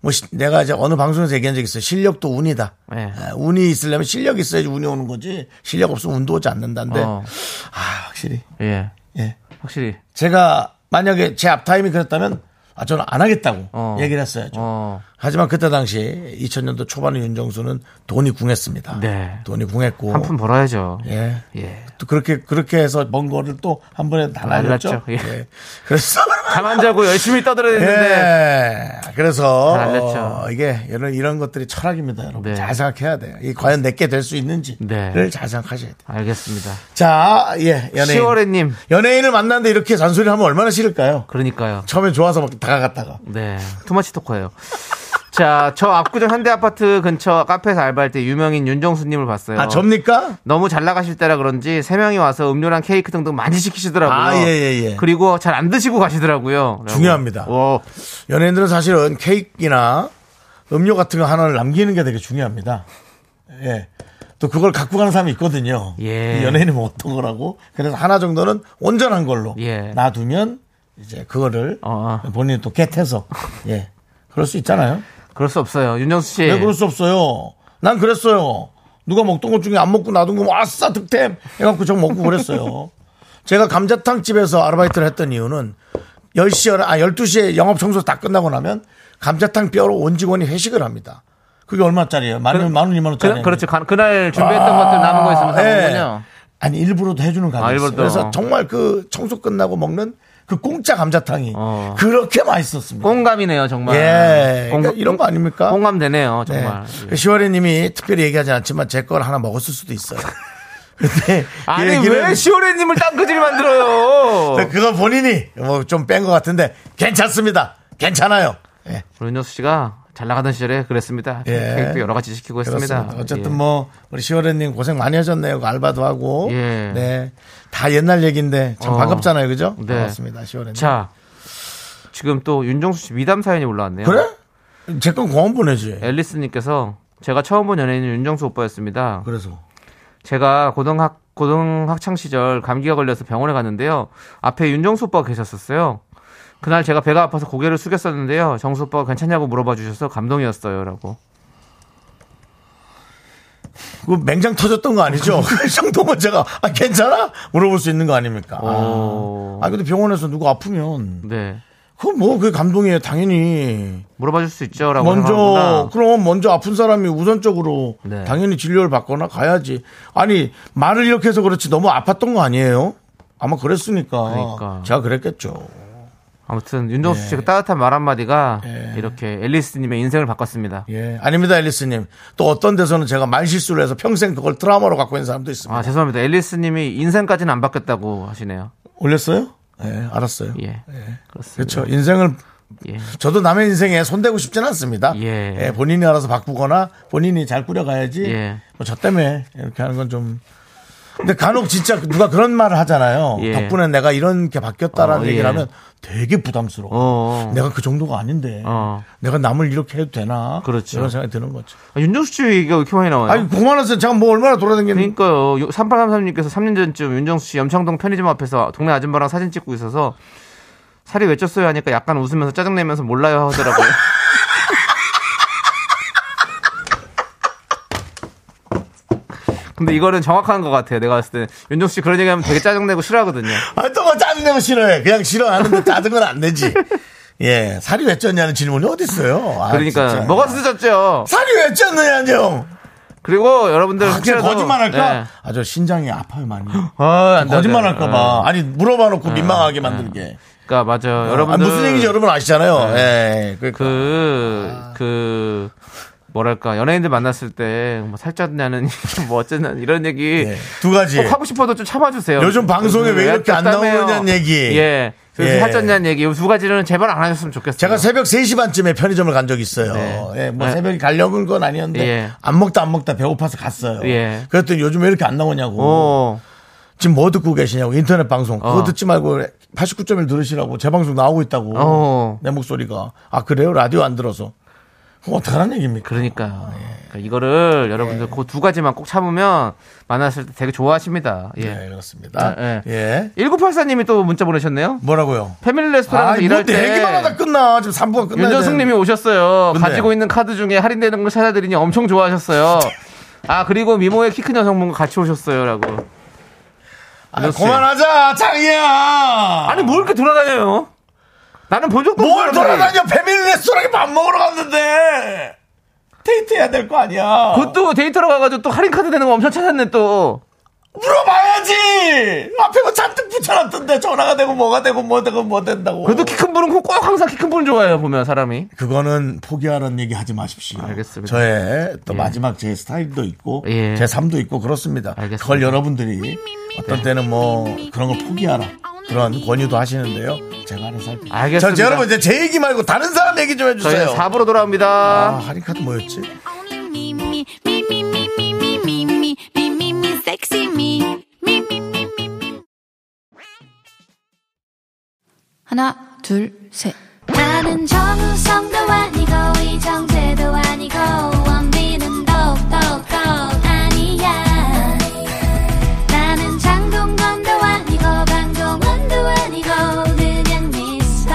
A: 뭐 시- 내가 이제 어느 방송에서 얘기한 적 있어요. 실력도 운이다.
B: 예.
A: 아, 운이 있으려면 실력 이 있어야지 운이 오는 거지. 실력 없으면 운도 오지 않는다는데.
B: 어.
A: 아, 확실히.
B: 예.
A: 예.
B: 확실히.
A: 제가 만약에 제 앞타임이 그랬다면 아, 저는 안 하겠다고
B: 어.
A: 얘기를 했어야죠.
B: 어.
A: 하지만 그때 당시 2000년도 초반의 윤정수는 돈이 궁했습니다.
B: 네.
A: 돈이 궁했고.
B: 한 푼 벌어야죠.
A: 예.
B: 예.
A: 또 그렇게 그렇게 해서 먼 거를 또 한 번에 다 날렸죠.
B: 날랐죠. 예.
A: 예.
B: (laughs)
A: 그래서
B: 가만 자고 열심히 떠들어야 되는데.
A: 예. 그래서
B: 다 날렸죠.
A: 어, 이게 이런 이런 것들이 철학입니다, 여러분.
B: 네.
A: 잘 생각해야 돼요. 이 과연 내게 될 수 있는지를
B: 네.
A: 잘 생각하셔야 돼요.
B: 알겠습니다.
A: 자, 예. 연예인.
B: 10월에 님.
A: 연예인을 만났는데 이렇게 잔소리를 하면 얼마나 싫을까요?
B: 그러니까요.
A: 처음엔 좋아서 막 다가갔다가
B: 네. 투머치 토커예요. 자, 저 압구정 현대 아파트 근처 카페에서 알바할 때 유명인 윤정수 님을 봤어요.
A: 아 접니까?
B: 너무 잘 나가실 때라 그런지 세 명이 와서 음료랑 케이크 등등 많이 시키시더라고요.
A: 아, 예, 예, 예.
B: 그리고 잘 안 드시고 가시더라고요.
A: 중요합니다.
B: 오,
A: 연예인들은 사실은 케이크나 음료 같은 거 하나를 남기는 게 되게 중요합니다. 예. 또 그걸 갖고 가는 사람이 있거든요.
B: 예.
A: 이 연예인이 뭐 어떤 거라고. 그래서 하나 정도는 온전한 걸로
B: 예.
A: 놔두면 이제 그거를
B: 어,
A: 본인이 또 겟해서 예. 그럴 수 있잖아요.
B: 그럴 수 없어요. 윤정수 씨.
A: 왜 그럴 수 없어요. 난 그랬어요. 누가 먹던 것 중에 안 먹고 놔둔 거면 뭐 아싸 득템 해갖고 저 먹고 그랬어요. (laughs) 제가 감자탕 집에서 아르바이트를 했던 이유는 10시, 아, 12시에 영업 청소 다 끝나고 나면 감자탕 뼈로 온 직원이 회식을 합니다. 그게 얼마짜리예요? 아, 예. 만 원, 만 원, 이만 원짜리.
B: 그, 그렇죠. 그, 날 준비했던 것들 남은 거 있으면 사는군요.
A: 아니, 일부러도 해주는 가게. 있어요.
B: 일부러도.
A: 그래서 정말 그 청소 끝나고 먹는 그 공짜 감자탕이
B: 어.
A: 그렇게 맛있었습니다.
B: 공감이네요, 정말.
A: 예. 그러니까 이런 거 아닙니까?
B: 공감되네요, 정말. 예.
A: 시월이 님이 특별히 얘기하진 않지만 제 걸 하나 먹었을 수도
B: (laughs)
A: 있어요. 근데 그
B: 아니,
A: 얘기를-
B: 왜 시오레님을 땅크질 만들어요?
A: (laughs) 근데 그건 본인이 뭐 좀 뺀 것 같은데 괜찮습니다. 괜찮아요. 예.
B: 윤정수 씨가 잘 나가던 시절에 그랬습니다.
A: 예.
B: 케이크도 여러 가지 시키고 했습니다.
A: 그렇습니다. 어쨌든
B: 예.
A: 뭐 우리 시월에님 고생 많이 하셨네요. 그 알바도 하고
B: 예.
A: 네. 다 옛날 얘기인데 참
B: 어.
A: 반갑잖아요, 그죠?
B: 네.
A: 반갑습니다, 시월에님.
B: 자, 지금 또 윤정수 씨 미담 사연이 올라왔네요.
A: 그래? 제 건 공원 보내지.
B: 예. 앨리스님께서 제가 처음 본 연예인은 윤정수 오빠였습니다.
A: 그래서
B: 제가 고등학 고등학창 시절 감기가 걸려서 병원에 갔는데요. 앞에 윤정수 오빠가 계셨었어요. 그날 제가 배가 아파서 고개를 숙였었는데요. 정수 오빠가 괜찮냐고 물어봐 주셔서 감동이었어요라고.
A: 그 맹장 터졌던 거
B: (laughs)
A: 아니죠? 그 정도면 제가 아, 괜찮아? 물어볼 수 있는 거 아닙니까?
B: 오.
A: 아 근데 병원에서 누가 아프면
B: 네.
A: 그건 뭐 그 감동이에요 당연히
B: 물어봐 줄 수 있죠라고
A: 먼저
B: 생각하구나.
A: 그럼 먼저 아픈 사람이 우선적으로
B: 네.
A: 당연히 진료를 받거나 가야지 아니 말을 이렇게 해서 그렇지 너무 아팠던 거 아니에요 아마 그랬으니까
B: 그러니까.
A: 제가 그랬겠죠
B: 아무튼 윤정수 씨가 그 따뜻한 말 한마디가 이렇게 앨리스 님의 인생을 바꿨습니다.
A: 예 아닙니다 앨리스님 또 어떤 데서는 제가 말 실수를 해서 평생 그걸 트라우마로 갖고 있는 사람도 있습니다
B: 아, 죄송합니다. 앨리스 님이 인생까지는 안 바뀌었다고 하시네요.
A: 올렸어요 예 알았어요
B: 예. 그렇습니다.
A: 그렇죠 인생을
B: 예.
A: 저도 남의 인생에 손대고 싶진 않습니다.
B: 예.
A: 예, 본인이 알아서 바꾸거나 본인이 잘 꾸려가야지.
B: 예.
A: 뭐 저 때문에 이렇게 하는 건 좀. 근데 간혹 진짜 누가 그런 말을 하잖아요.
B: 예.
A: 덕분에 내가 이런 게 바뀌었다라는
B: 어,
A: 얘기를
B: 예.
A: 하면 되게 부담스러워.
B: 어.
A: 내가 그 정도가 아닌데
B: 어.
A: 내가 남을 이렇게 해도 되나?
B: 그렇죠.
A: 이런 생각이 드는 거죠.
B: 아, 윤정수 씨 얘기가 왜 이렇게 많이 나와요?
A: 아니 고만해서 제가 뭐 얼마나 돌아다니는
B: 그러니까요. 3833님께서 3년 전쯤 윤정수 씨 염창동 편의점 앞에서 동네 아줌마랑 사진 찍고 있어서 살이 왜 쪘어요 하니까 약간 웃으면서 짜증내면서 몰라요
A: (laughs)
B: 하더라고요. 근데 이거는 정확한 것 같아요. 내가 봤을 때 윤정수 씨 그런 얘기하면 되게 짜증내고 싫어하거든요.
A: 아또뭐 짜증내면 싫어해. 그냥 싫어하는데 짜증은 안
B: (laughs)
A: 내지. 예, 살이 왜 쪘냐는 질문이 어디 있어요? 아,
B: 그러니까
A: 진짜.
B: 먹어서 쪘죠.
A: 살이 왜 쪘느냐, 형.
B: 네, 그리고 여러분들
A: 아, 그냥
B: 혹시라도-
A: 거짓말할까?
B: 네.
A: 아 저 신장이 아파요 많이.
B: (gasps) 아, 안 돼, 안 돼.
A: 거짓말할까봐. 아니 물어봐놓고 민망하게 만들게.
B: 그러니까 맞아요.
A: 아,
B: 여러분들 네.
A: 무슨 얘기인지 여러분 아시잖아요. 예. 그,
B: 그, 그, 뭐랄까, 연예인들 만났을 때, 뭐, 살쪘냐는, (laughs) 뭐, 어쨌든, 이런 얘기.
A: 예. 두 가지.
B: 꼭 하고 그, 싶어도 좀 참아주세요.
A: 요즘 방송에 왜 이렇게 안
B: 답답해요.
A: 나오느냐는 얘기.
B: 예. 그래서
A: 예.
B: 살쪘냐는 얘기. 이두 가지는 제발 안 하셨으면 좋겠어요.
A: 제가 새벽 3시 반쯤에 편의점을 간 적이 있어요.
B: 네.
A: 예, 뭐
B: 네.
A: 새벽에 가려는 건 아니었는데
B: 예.
A: 안 먹다 안 먹다 배고파서 갔어요.
B: 예.
A: 그랬더니 요즘 왜 이렇게 안 나오냐고.
B: 오.
A: 지금 뭐 듣고 계시냐고 인터넷 방송 그거
B: 어.
A: 듣지 말고 89.1 들으시라고 제 방송 나오고 있다고
B: 어.
A: 내 목소리가 아 그래요 라디오 안 들어서 그럼 어떡하란 얘기입니까?
B: 그러니까요. 그러니까 이거를 여러분들
A: 예.
B: 그 두 가지만 꼭 참으면 만났을 때 되게 좋아하십니다. 예.
A: 네, 그렇습니다.
B: 예,
A: 예.
B: 1984님이 또 문자 보내셨네요.
A: 뭐라고요?
B: 패밀리
A: 아,
B: 레스토랑에서
A: 뭐
B: 일할 때
A: 얘기만 하다 끝나. 지금 3부가 끝나야
B: 윤정숙님이 오셨어요.
A: 근데?
B: 가지고 있는 카드 중에 할인되는 걸 찾아드리니 엄청
A: (laughs)
B: 좋아하셨어요. 아 그리고 미모의 키 큰 여성분과 같이 오셨어요라고.
A: 아, 그만하자, 장이야!
B: 아니 뭘 이렇게 돌아다녀요? 나는 본 적도 없어요,
A: 뭘
B: 사람들이.
A: 돌아다녀! 패밀리 레스토랑에 밥 먹으러 갔는데! 데이트해야 될 거 아니야!
B: 그것도 데이터로 가가지고 또 할인 카드 되는 거 엄청 찾았네 또.
A: 물어봐야지! 앞에 뭐 잔뜩 붙여놨던데 전화가 되고 뭐가 되고 뭐 되고 뭐 된다고.
B: 그래도 키 큰 분은 꼭 항상 키 큰 분을 좋아해요 보면 사람이.
A: 그거는 포기하라는 얘기 하지 마십시오.
B: 알겠습니다.
A: 저의 또 마지막 제 스타일도 있고
B: 예.
A: 제 삶도 있고 그렇습니다.
B: 알겠습니다.
A: 그걸 여러분들이 어떤 때는 뭐 그런 걸 포기하라 그런 권유도 하시는데요. 제가 하는 삶.
B: 알겠습니다.
A: 자, 여러분 이제 제 얘기 말고 다른 사람 얘기 좀 해주세요.
B: 저희는 4부로 돌아옵니다.
A: 아, 할인카드 뭐였지?
D: Only me, me, me, me, me, me, me, me, me, me, me, me, sexy me. Me, me, me, me, me.
F: 하나, 둘, 셋.
D: 나는 정우성도 아니고 이정재도 아니고 원빈은 더욱더 아니야 나는 장동건도 아니고 방종원도 아니고 그냥 미스터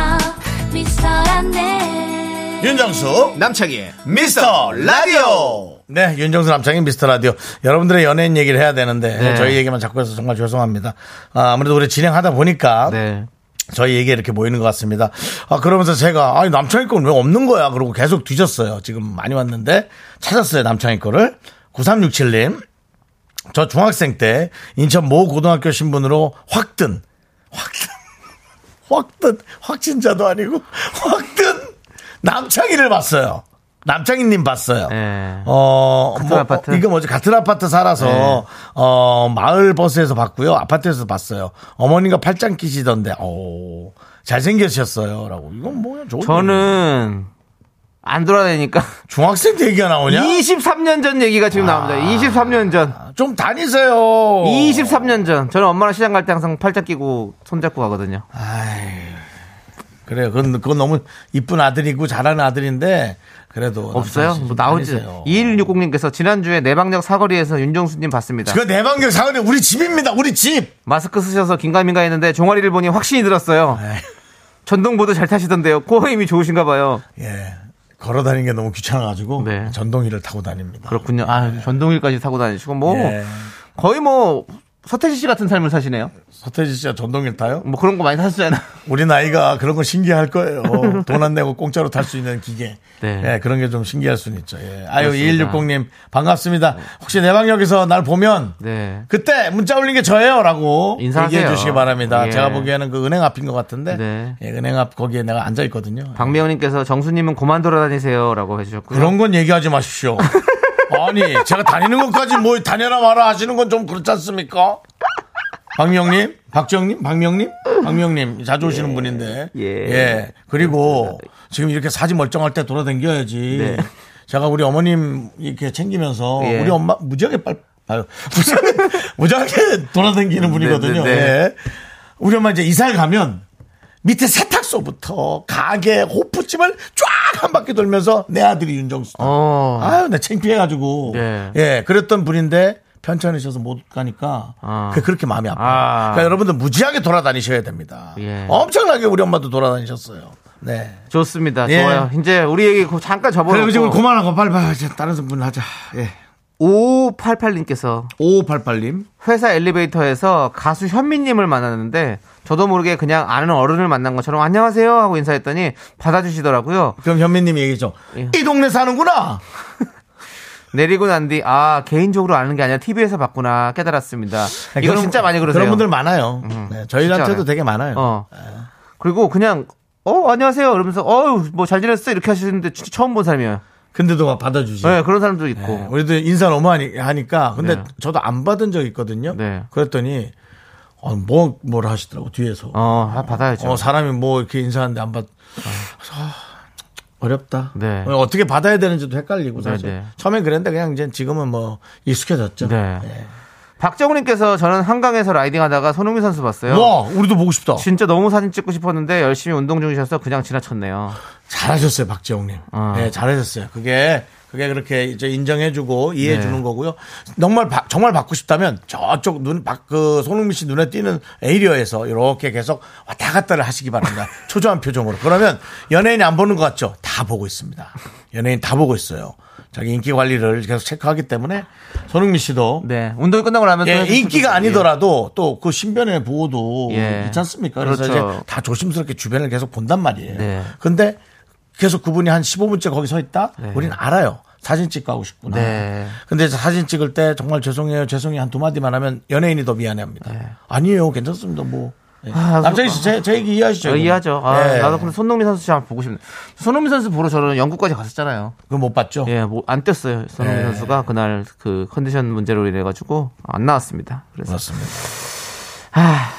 D: 미스터란데
A: 윤정수 남창희 미스터 라디오 네 윤정수 남창희 미스터 라디오 여러분들의 연예인 얘기를 해야 되는데
B: 네.
A: 저희 얘기만 자꾸 해서 정말 죄송합니다 아, 무래도 우리 진행하다 보니까
B: 네.
A: 저희 얘기 이렇게 모이는 것 같습니다 아 그러면서 제가 아니 남창희 건 왜 없는 거야 그러고 계속 뒤졌어요 지금 많이 왔는데 찾았어요 남창희 거를 9367님 저 중학생 때 인천 모 고등학교 신분으로 확든 확든 (laughs) 확든 확진자도 아니고 확든 남창희를 봤어요. 남창희님 봤어요.
B: 네.
A: 어, 같은
B: 아파트?
A: 이거 뭐지? 같은 아파트 살아서
B: 네.
A: 어 마을 버스에서 봤고요. 아파트에서 봤어요. 어머니가 팔짱 끼시던데, 오 잘생기셨어요.라고 이건 뭐야? 좋은 얘기네.
B: 저는 안 돌아다니니까
A: 중학생 때 얘기가
B: (laughs)
A: 나오냐?
B: 23년 전 얘기가 지금
A: 아.
B: 나옵니다. 23년 전.
A: 좀 다니세요. 어.
B: 23년 전. 저는 엄마랑 시장 갈 때 항상 팔짱 끼고 손잡고 가거든요.
A: 아, 그래요. 그건, 그건 너무 이쁜 아들이고 잘하는 아들인데 그래도
B: 없어요?
A: 남창희 씨
B: 뭐
A: 좀
B: 나오지.
A: 다니세요.
B: 2160님께서 지난주에 내방역 사거리에서 윤정수님 봤습니다.
A: 그 내방경 사거리 우리 집입니다. 우리 집.
B: 마스크 쓰셔서 긴가민가 했는데 종아리를 보니 확신이 들었어요.
A: 에이.
B: 전동보드 잘 타시던데요. 코어 힘이 좋으신가 봐요.
A: 예. 걸어 다니는 게 너무 귀찮아가지고
B: 네.
A: 전동이를 타고 다닙니다.
B: 그렇군요. 아, 전동일까지 타고 다니시고 뭐
A: 예.
B: 거의 뭐 서태지 씨 같은 삶을 사시네요.
A: 서태지 씨가 전동일 타요?
B: 뭐 그런 거 많이
A: (laughs)
B: 타시잖아요.
A: 우리 나이가 그런 거 신기할
B: (laughs)
A: 거예요. 돈 안 내고 공짜로 탈 수 있는 기계.
B: 네.
A: 예, 그런 게 좀 신기할 수는 있죠. 예. 아유,
B: 그렇습니다.
A: 2160님, 반갑습니다. 혹시 내방역에서 날 보면
B: 네.
A: 그때 문자 올린 게 저예요. 라고
B: 인사하세요.
A: 얘기해 주시기 바랍니다.
B: 예.
A: 제가 보기에는 그 은행 앞인 것 같은데
B: 네.
A: 예, 은행 앞 거기에 내가 앉아 있거든요.
B: 박미영님께서 정수님은 그만 돌아다니세요라고 해주셨고요.
A: 그런 건 얘기하지
B: (laughs)
A: 마십시오. 아니, 제가 다니는 것까지 뭐 다녀라 마라 하시는 건 좀 그렇지 않습니까? 박명님, 박정님, 박명님, 박명님 자주 오시는 분인데.
B: 예.
A: 그리고 지금 이렇게 사진 멀쩡할 때 돌아다녀야지.
B: 네.
A: 제가 우리 어머님 이렇게 챙기면서
B: 예.
A: 우리 엄마 무지하게 빨 (laughs) 아유, 무지하게, 무지하게 돌아다니는 분이거든요.
B: 네, 네, 네.
A: 예. 우리 엄마 이제 이사를 가면 밑에 세탁소부터 가게 호프집을 쫙 한 바퀴 돌면서 내 아들이 윤정수.
B: 어.
A: 아유, 나 창피해가지고.
B: 예.
A: 예, 그랬던 분인데 편찮으셔서 못 가니까
B: 아.
A: 그게 그렇게 마음이 아파요.
B: 아.
A: 그러니까 여러분들 무지하게 돌아다니셔야 됩니다.
B: 예.
A: 엄청나게 우리 엄마도 돌아다니셨어요. 네.
B: 좋습니다.
A: 예.
B: 좋아요. 이제 우리 얘기 고- 잠깐
A: 그래, 지금
B: 접어놓고
A: 그만하고 빨리 빨리 이제 다른 분 하자. 예.
B: 5588님께서
A: 5588님.
B: 회사 엘리베이터에서 가수 현미님을 만났는데 저도 모르게 그냥 아는 어른을 만난 것처럼 안녕하세요 하고 인사했더니 받아주시더라고요.
A: 그럼 현미님 얘기죠.
B: 예.
A: 이 동네 사는구나.
B: 내리고 난 뒤 아 개인적으로 아는 게 아니라 TV에서 봤구나 깨달았습니다.
A: 네,
B: 이거
A: 그런-
B: 진짜 많이 그러세요. 음.
A: 그런 분들 많아요. 네, 저희한테도
B: 많아요.
A: 되게 많아요.
B: 어. 그리고 그냥 어 안녕하세요 이러면서 어뭐잘 지냈어 이렇게 하시는데 진짜 처음 본 사람이에요.
A: 근데도 막 받아주지.
B: 네, 그런 사람도 있고.
A: 예. 네, 우리도 인사 너무 하니- 하니까 근데
B: 네.
A: 저도 안 받은 적 있거든요.
B: 네.
A: 그랬더니 어, 뭐, 뭘 하시더라고 뒤에서. 어,
B: 어, 아, 받아야죠.
A: 사람이 뭐 이렇게 인사하는데 안 받. 그래서 아, 어렵다.
B: 네.
A: 어, 어떻게 받아야 되는지도 헷갈리고 사실.
B: 네, 네.
A: 처음엔 그랬는데 그냥 이제 지금은 뭐 익숙해졌죠.
B: 네. 박정우님께서 저는 한강에서 라이딩하다가 손흥민 선수 봤어요.
A: 와, 뭐, 우리도 보고 싶다.
B: 진짜 너무 사진 찍고 싶었는데 열심히 운동 중이셔서 그냥 지나쳤네요.
A: 잘하셨어요, 박지영님.
B: 아.
A: 네, 잘하셨어요. 그게 그게 그렇게 이제 인정해주고
B: 네.
A: 이해해주는 거고요. 정말 바- 정말 받고 싶다면 저쪽 눈그 손흥민 씨 눈에 띄는 에이리어에서 이렇게 계속 왔다 갔다를 하시기
B: (laughs)
A: 바랍니다. 초조한 표정으로. 그러면 연예인이 안 보는 것 같죠? 다 보고 있습니다. 연예인 다 보고 있어요. 자기 인기 관리를 계속 체크하기 때문에 손흥민 씨도
B: 네, 운동이 끝나고 나면 또
A: 예,
B: 사진 찍고
A: 인기가
B: 싶어요.
A: 아니더라도 또 그 신변의 보호도
B: 예.
A: 있지 않습니까? 그래서
B: 그렇죠.
A: 이제 다 조심스럽게 주변을 계속 본단 말이에요.
B: 네.
A: 근데 계속 그분이 한 15분째 거기 서 있다?
B: 네.
A: 우린 알아요. 사진 찍고 하고 싶구나.
B: 네.
A: 근데 이제 사진 찍을 때 정말 죄송해요, 죄송해요 한 두 마디만 하면 연예인이 더 미안해합니다. 아니에요, 괜찮습니다. 뭐 예.
B: 네. 아,
A: 남창희
B: 그-
A: 씨제 제 얘기 이해하시죠?
B: 저 이해하죠. 아,
A: 예.
B: 나도 근데 손흥민 선수 참 보고 싶네. 손흥민 선수 보러 저는 영국까지 갔었잖아요.
A: 그거 못 봤죠?
B: 예, 뭐 안 뛰었어요. 손흥민
A: 예.
B: 선수가 그날 그 컨디션 문제로 인해 가지고 안 나왔습니다. 그래서
A: 그렇습니다.
B: 아.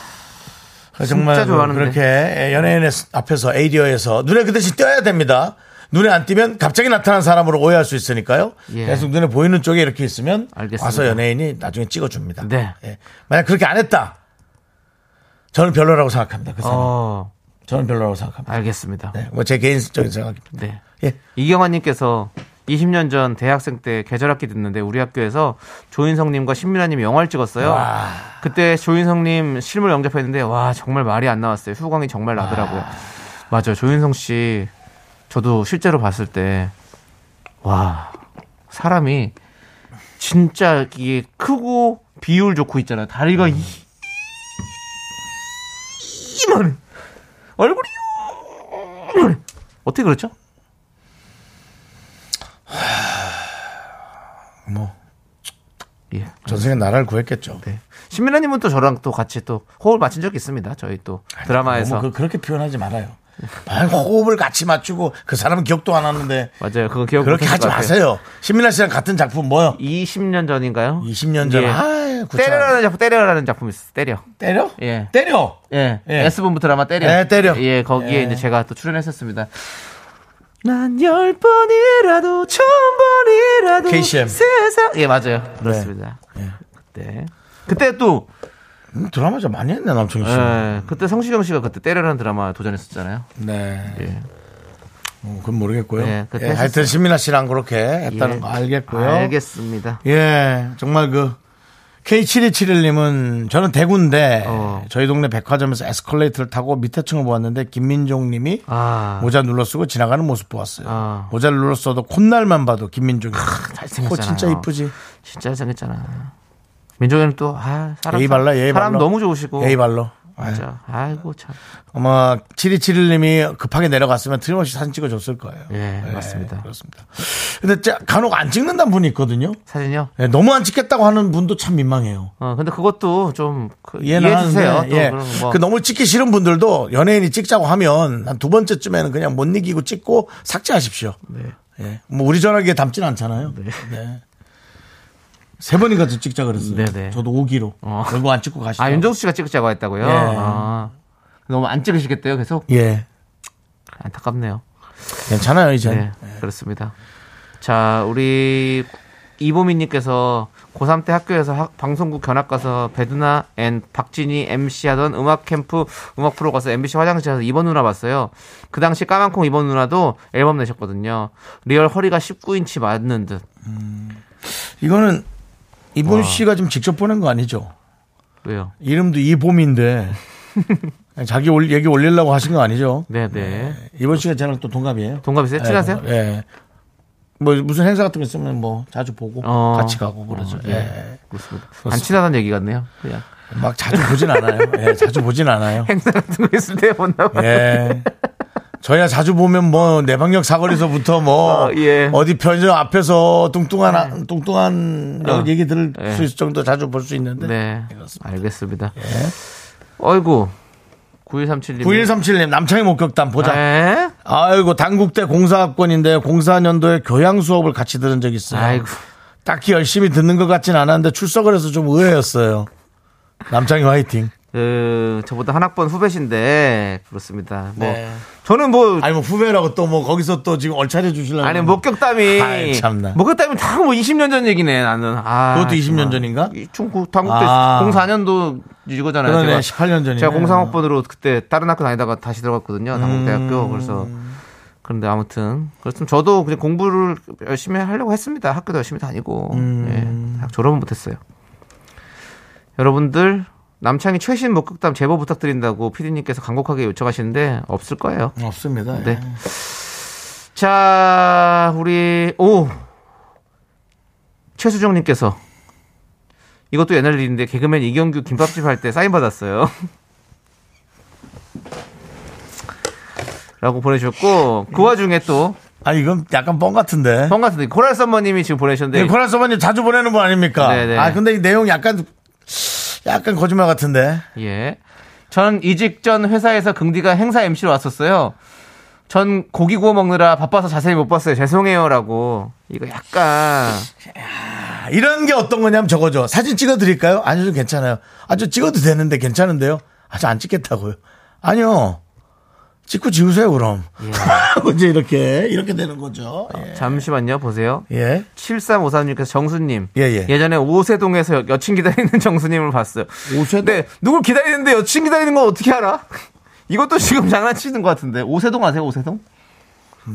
A: 정말
B: 좋아하는데.
A: 그렇게 연예인 앞에서 에이디어에서 눈에 그 대신 띄어야 됩니다. 눈에 안 띄면 갑자기 나타난 사람으로 오해할 수 있으니까요.
B: 예.
A: 계속 눈에 보이는 쪽에 이렇게 있으면
B: 알겠습니다.
A: 와서 연예인이 나중에 찍어줍니다.
B: 네.
A: 예. 만약 그렇게 안 했다. 저는 별로라고 생각합니다. 그 사람.
B: 어,
A: 저는 별로라고 생각합니다.
B: 아, 알겠습니다.
A: 네. 뭐제 개인적인 생각입니다.
B: 네.
A: 예.
B: 이경환님께서 20년 전 대학생 때 계절학기 듣는데 우리 학교에서 조인성님과 신민아님이 영화를 찍었어요. 그때 조인성님 실물 영접했는데 와 정말 말이 안 나왔어요. 후광이 정말 나더라고요. 맞아요. 조인성 씨 저도 실제로 봤을 때 와 사람이 진짜 이게 크고 비율 좋고 있잖아요. 다리가 이- 이만해. 얼굴이 이만해. 어떻게 그렇죠?
A: 뭐
B: 예.
A: 전생에 나라를 구했겠죠.
B: 네. 신민아님은 또 저랑 또 같이 또 호흡을 맞춘 적이 있습니다. 저희 또 드라마에서.
A: 너무 그, 렇게 표현하지 말아요. 아, 호흡을 같이 맞추고 그 사람은 기억도 안 하는데
B: 맞아요. 그거 기억
A: 그렇게
B: 못하실
A: 하지
B: 것 같아요.
A: 마세요. 신민아 씨랑 같은 작품 뭐요?
B: 20년 전인가요?
A: 20년 전.
B: 예.
A: 아이, 구차-
B: 때려라는 작품, 때려라는 작품 있어요. 때려.
A: 때려?
B: 예.
A: 때려.
B: 예.
A: 예.
B: S본부 드라마 때려.
A: 예, 때려.
B: 예, 거기에
A: 예.
B: 이제 제가 또 출연했었습니다. 난 열 번이라도 천 번이라도
A: KCM.
B: 세상 예 맞아요 그렇습니다 그때 그때 또
A: 음, 드라마 좀 많이 했네 남청희 씨.
B: 예, 그때 성시경 씨가 그때 때려라는 드라마 도전했었잖아요
A: 네.
B: 예.
A: 어, 그건 모르겠고요.
B: 예, 그때
A: 예, 하여튼
B: 했었어요.
A: 신민아 씨랑 그렇게 했다는
B: 예.
A: 거 알겠고요.
B: 알겠습니다
A: 예, 정말 그 K7271님은 저는 대구인데
B: 어.
A: 저희 동네 백화점에서 에스컬레이터를 타고 밑에 층을 보았는데 김민종님이
B: 아
A: 모자 눌러 쓰고 지나가는 모습 보았어요.
B: 아.
A: 모자를 눌러 써도 콧날만 봐도 김민종이.
B: 잘생겼잖아요.
A: 코 진짜 이쁘지.
B: 진짜 잘생겼잖아. 민종이는 또, 아, 사람.
A: 예의
B: 참-
A: 발라, 예의
B: 사람
A: 발라.
B: 너무 좋으시고.
A: 예의 발로.
B: 뭐 맞아. 아이고, 참.
A: 아마 7271님이 급하게 내려갔으면 틀림없이 사진 찍어줬을 거예요.
B: 예, 맞습니다.
A: 그렇습니다. 근데 진짜 간혹 안 찍는다는 분이 있거든요.
B: 사진요?
A: 예, 너무 안 찍겠다고 하는 분도 참 민망해요.
B: 어, 근데 그것도 좀, 그,
A: 이해는
B: 이해해주세요.
A: 하는데,
B: 또,
A: 예.
B: 그런 뭐.
A: 그 너무 찍기 싫은 분들도 연예인이 찍자고 하면 한 두 번째쯤에는 그냥 못 이기고 찍고 삭제하십시오.
B: 네.
A: 예. 뭐 우리 전화기에 담진 않잖아요. 네. 세 번인가 더 찍자 그랬어요.
B: 네, 네.
A: 저도 5기로.
B: 어.
A: 결국 안 찍고 가시죠.
B: 아, 윤정수 씨가 찍자고 했다고요?
A: 예.
B: 아, 너무 안 찍으시겠대요, 계속?
A: 예.
B: 안타깝네요.
A: 괜찮아요, 예. 이제.
B: 네, 그렇습니다. 자, 우리 이보민님께서 고3 때 학교에서 학- 방송국 견학 가서 배두나 앤 박진희 MC 하던 음악 캠프 음악 프로 가서 MBC 화장실에서 이번 누나 봤어요. 그 당시 까만콩 이번 누나도 앨범 내셨거든요. 리얼 허리가 19인치 맞는 듯.
A: 이거는 이본 씨가 지금 직접 보낸 거 아니죠?
B: 왜요?
A: 이름도
B: (laughs)
A: 이봄인데 자기 올- 얘기 올리려고 하신 거 아니죠?
B: 네, 네.
A: 이번 씨가 저랑 또 동갑이에요.
B: 동갑이세요? 친하세요?
A: 예, 동갑. 예. 뭐 무슨 행사 같은 거 있으면 뭐 자주 보고
B: 어.
A: 같이 가고 그러죠. 예.
B: 그렇습니다. 안 친하다는 얘기 같네요. 그냥
A: 막 자주 보진 않아요.
B: (laughs)
A: 예, 자주 보진 않아요.
B: 행사 같은 거 있을 때 본다고.
A: 예. 저희야 자주 보면 뭐 내방역 사거리에서부터 뭐
B: 어, 예. 네.
A: 어디 편의점 앞에서 뚱뚱한 아- 뚱뚱한
B: 어.
A: 얘기 들을
B: 예.
A: 수 있을 정도 자주 볼 수 있는데
B: 네. 알겠습니다. 어이구. 9137님.
A: 9137님 예. 남창희 목격담 보자.
B: 아, 예. 에?
A: 아이고 당국대 공사학번인데 04년도에 교양 수업을 같이 들은 적이 있어요.
B: 아이고.
A: 딱히 열심히 듣는 것 같진 않았는데 출석을 해서 좀 의외였어요. 남창이 화이팅.
B: 네, 그 저보다 한 학번 후배신데 그렇습니다. 뭐
A: 네.
B: 저는 뭐
A: 아니 뭐 후배라고 또 뭐 거기서 또 지금 얼차려 주실라고.
B: 아니 뭐, 목격담이
A: 아이, 참나.
B: 목격담이 다 뭐 20년 전 얘기네 나는. 아,
A: 그것도 20년
B: 정말.
A: 전인가?
B: 이 중국 당국 때
A: 아.
B: 04년도 이거잖아요.
A: 그러네,
B: 제가
A: 18년 전이네.
B: 제가 03학번으로 그때 다른 학교 다니다가 다시 들어갔거든요. 당국대학교.
A: 음.
B: 그래서 그런데 아무튼 그렇습니다. 저도 그냥 공부를 열심히 하려고 했습니다. 학교도 열심히 다니고
A: 음.
B: 예, 학- 졸업은 못했어요. 여러분들 남창희 최신 목격담 제보 부탁드린다고 피디님께서 간곡하게 요청하시는데 없을 거예요.
A: 없습니다.
B: 네. 자, 우리 오 최수정님께서 이것도 옛날 일인데 개그맨 이경규 김밥집 할 때 사인 받았어요. (laughs) 라고 보내주셨고
A: 예.
B: 그 와중에 또 형
A: 아 이건 약간 뻥 같은데.
B: 같은 데 코랄 썸머님이 지금 보내셨는데
A: 네. 코란 소바님 자주 보내는 분 아닙니까?
B: 네네.
A: 아 근데 이 내용 약간 약간 거짓말 같은데.
B: 예. 전 이직 전 회사에서 긍디가 행사 MC로 왔었어요. 전 고기 구워 먹느라 바빠서 자세히 못 봤어요. 죄송해요라고 이거 약간
A: 아, 이런 게 어떤 거냐면 저거죠. 사진 찍어 드릴까요? 아니요, 좀 괜찮아요. 아저 찍어도 되는데 괜찮은데요? 아저 안 찍겠다고요. 아니요. 찍고 지우세요 그럼.
B: 예.
A: 하고 (laughs) 이제 이렇게 이렇게 되는 거죠. 예.
B: 잠시만요 보세요.
A: 예.
B: 7353님께서 정수님.
A: 예, 예.
B: 전에 오세동에서 여- 여친 기다리는 (laughs) 정수님을 봤어요.
A: 오세동?
B: 네, 누굴 기다리는데 여친 기다리는 건 어떻게 알아? (laughs) 이것도 지금 장난치는 것 같은데. 오세동 아세요, 오세동?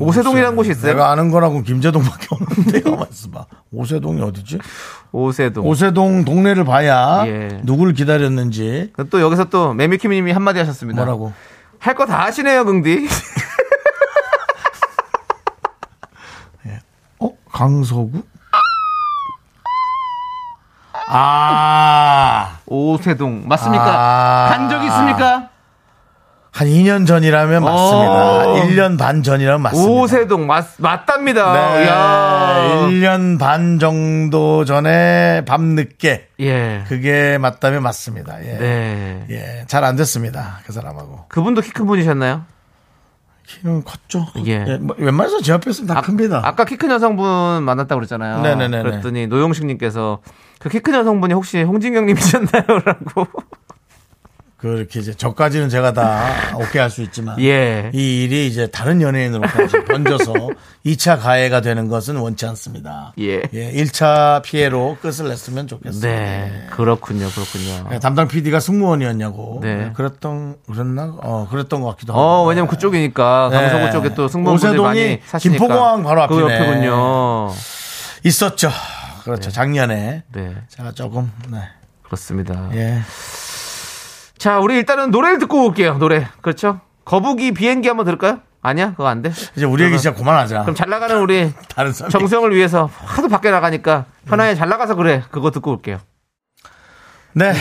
B: 오세동이라는 곳이 있어요.
A: 내가 아는 거라고 김제동밖에 없는데요. (laughs) 맞습니다. 오세동이 어디지?
B: 오세동.
A: 오세동 동네를 봐야
B: 예.
A: 누구를 기다렸는지
B: 또 여기서 또 매미킴님이 한마디 하셨습니다.
A: 뭐라고.
B: 할 거 다 하시네요, 긍디. (laughs)
A: 어? 강서구? 아,
B: 오세동 맞습니까?
A: 아.
B: 간 적 있습니까?
A: 한 2년 전이라면 맞습니다.
B: 오.
A: 1년 반 전이라면 맞습니다.
B: 어. 오세동 맞 맞답니다.
A: 네,
B: 야.
A: 1년 반 정도 전에 밤늦게
B: 예.
A: 그게 맞다면 맞습니다. 예.
B: 네.
A: 예, 잘 안 됐습니다. 그 사람하고.
B: 그분도 키 큰 분이셨나요?
A: 키는 컸죠.
B: 예.
A: 뭐 웬만해서 제 앞에 있으면 다 큽니다.
B: 아까 키 큰 여성분 만났다고 그랬잖아요.
A: 네네네네.
B: 그랬더니 노용식님께서 그 키 큰 여성분이 혹시 홍진경님이셨나요? (laughs) 라고.
A: 그렇게 이제 저까지는 제가 다 오케이 할 수 있지만
B: 예.
A: 이 일이 이제 다른 연예인으로 가서
B: (laughs)
A: 번져서 2차 가해가 되는 것은 원치 않습니다.
B: 예.
A: 1차 피해로 끝을 냈으면 좋겠습니다.
B: 네. 그렇군요. 그렇군요.
A: 예, 담당 PD가 승무원이었냐고.
B: 네.
A: 예, 그랬던 그랬나? 어, 그랬던 것 같기도 하고.
B: 어, 왜냐면 그쪽이니까
A: 네.
B: 강서구 쪽에 또 승무원분들
A: 오세동이
B: 많이 사시니까
A: 김포공항 바로
B: 그
A: 앞이네.
B: 옆이군요.
A: 네. 있었죠. 그렇죠. 작년에
B: 네. 아.
A: 제가 조금 네.
B: 그렇습니다.
A: 예.
B: 자, 우리 일단은 노래를 듣고 올게요. 노래. 그렇죠? 거북이 비행기 한번 들을까요? 아니야? 그거 안 돼?
A: 이제 우리 얘기 진짜 그만하자.
B: 그럼 잘 나가는 우리
A: 다른 사람
B: 정수영을 위해서 하도 밖에 나가니까 편하게 잘 나가서 그래. 그거 듣고 올게요.
A: 네.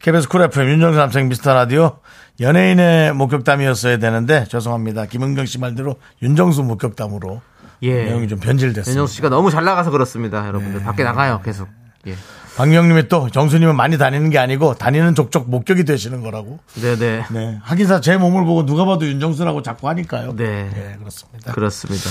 A: KBS 쿨 FM 윤정수 남창 미스터 라디오 연예인의 목격담이었어야 되는데 죄송합니다. 김은경 씨 말대로 윤정수 목격담으로
B: 예.
A: 내용이 좀 변질됐습니다.
B: 윤정수 씨가 너무 잘 나가서 그렇습니다,
A: 네.
B: 여러분들. 밖에 나가요, 계속. 예.
A: 박명님이 또 정수님은 많이 다니는 게 아니고 다니는 족족 목격이 되시는 거라고.
B: 네네.
A: 네. 하긴사 제 몸을 보고 누가 봐도 윤정수라고 자꾸 하니까요.
B: 네.
A: 예, 그렇습니다.
B: 그렇습니다.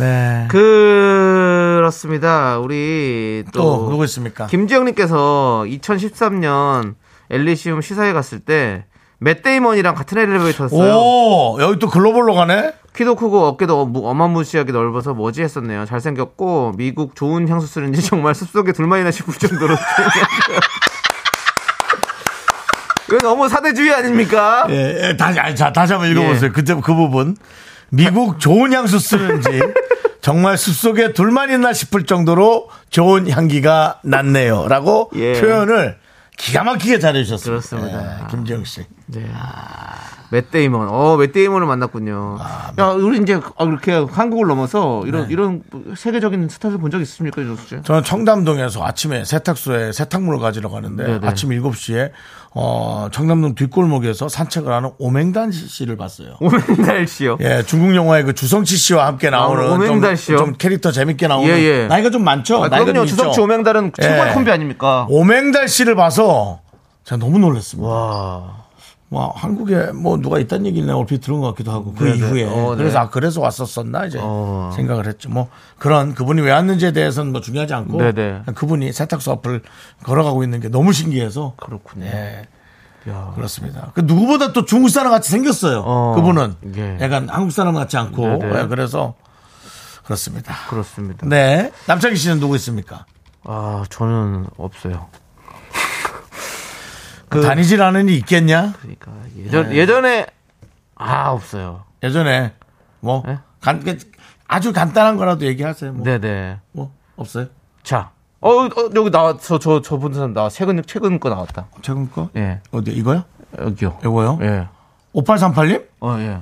A: 네.
B: 그 그렇습니다. 우리 또,
A: 또 어, 누구 있습니까?
B: 김지영님께서 2013년 엘리시움 시사회 갔을 때 맷데이먼이랑 같은 엘리베이터 탔어요.
A: 오, 여기 또 글로벌로 가네?
B: 키도 크고 어깨도 어무- 어마무시하게 넓어서 뭐지 했었네요. 잘생겼고 미국 좋은 향수 쓰는지 정말 숲속에 둘만이나 싶을 정도로 (laughs) 이거 너무 사대주의 아닙니까?
A: 예, 예, 다시, 아니, 자, 다시 한번
B: 예.
A: 읽어보세요. 그때 그 부분. 미국 좋은 향수
B: (laughs)
A: 쓰는지 정말 숲속에 둘만 있나 싶을 정도로 좋은 향기가 났네요. 라고
B: 예.
A: 표현을 기가 막히게 잘해주셨습니다.
B: 그렇습니다.
A: 예, 김지영 씨.
B: 맷데이먼. 어, 맷데이먼을 만났군요. 야, 우리 이제 어, 이렇게 한국을 넘어서 이런 이런 세계적인 스타를 본 적 있습니까, 조수 씨?
A: 저는 청담동에서 아침에 세탁소에 세탁물을 가지러 가는데
B: 네네.
A: 아침 7시에 어, 청담동 뒷골목에서 산책을 하는 오맹단 씨를 봤어요.
B: (laughs) 오멘달 씨요.
A: 예, 중국 영화의 그 주성치 씨와 함께 나오는
B: 아, 오맹달
A: 좀,
B: 씨요?
A: 좀 캐릭터 재밌게 나오는
B: 예, 예.
A: 나이가 좀 많죠?
B: 아,
A: 나이가 좀
B: 그럼요.
A: 있죠?
B: 주성치 오맹달은 최고의
A: 예.
B: 콤비 아닙니까?
A: 오맹달 씨를 봐서 제가 너무 놀랐습니다.
B: 와.
A: 와, 한국에 뭐 누가 있다는 얘기를 내가 얼핏 들은 것 같기도 하고 그 이후에
B: 어, 네.
A: 그래서 아 그래서 왔었었나 이제
B: 어.
A: 생각을 했죠. 뭐 그런 그분이 왜 왔는지에 대해서는 뭐 중요하지 않고
B: 네네.
A: 그분이 세탁소 앞을 걸어가고 있는 게 너무 신기해서
B: 그렇군요.
A: 예. 그렇습니다. 그 누구보다 또 중국 사람 같이 생겼어요.
B: 어,
A: 그분은
B: 예.
A: 약간 한국 사람 같지 않고
B: 네네.
A: 예, 그래서 그렇습니다.
B: 그렇습니다.
A: 네 남창희 씨는 누구 있습니까?
B: 아 저는 없어요. 그
A: 다니질 않으니 있겠냐?
B: 그러니까 예전 예전에 아 없어요.
A: 예전에 뭐
B: 네?
A: 간- 아주 간단한 거라도 얘기하세요. 뭐,
B: 네네.
A: 뭐 없어요?
B: 자, 어, 어, 여기 나왔어. 저 저분 사람 나 최근 최근 거 나왔다.
A: 최근 거?
B: 예.
A: 네. 어디 이거요?
B: 여기요.
A: 이거요?
B: 예.
A: 5838님?
B: 어 예.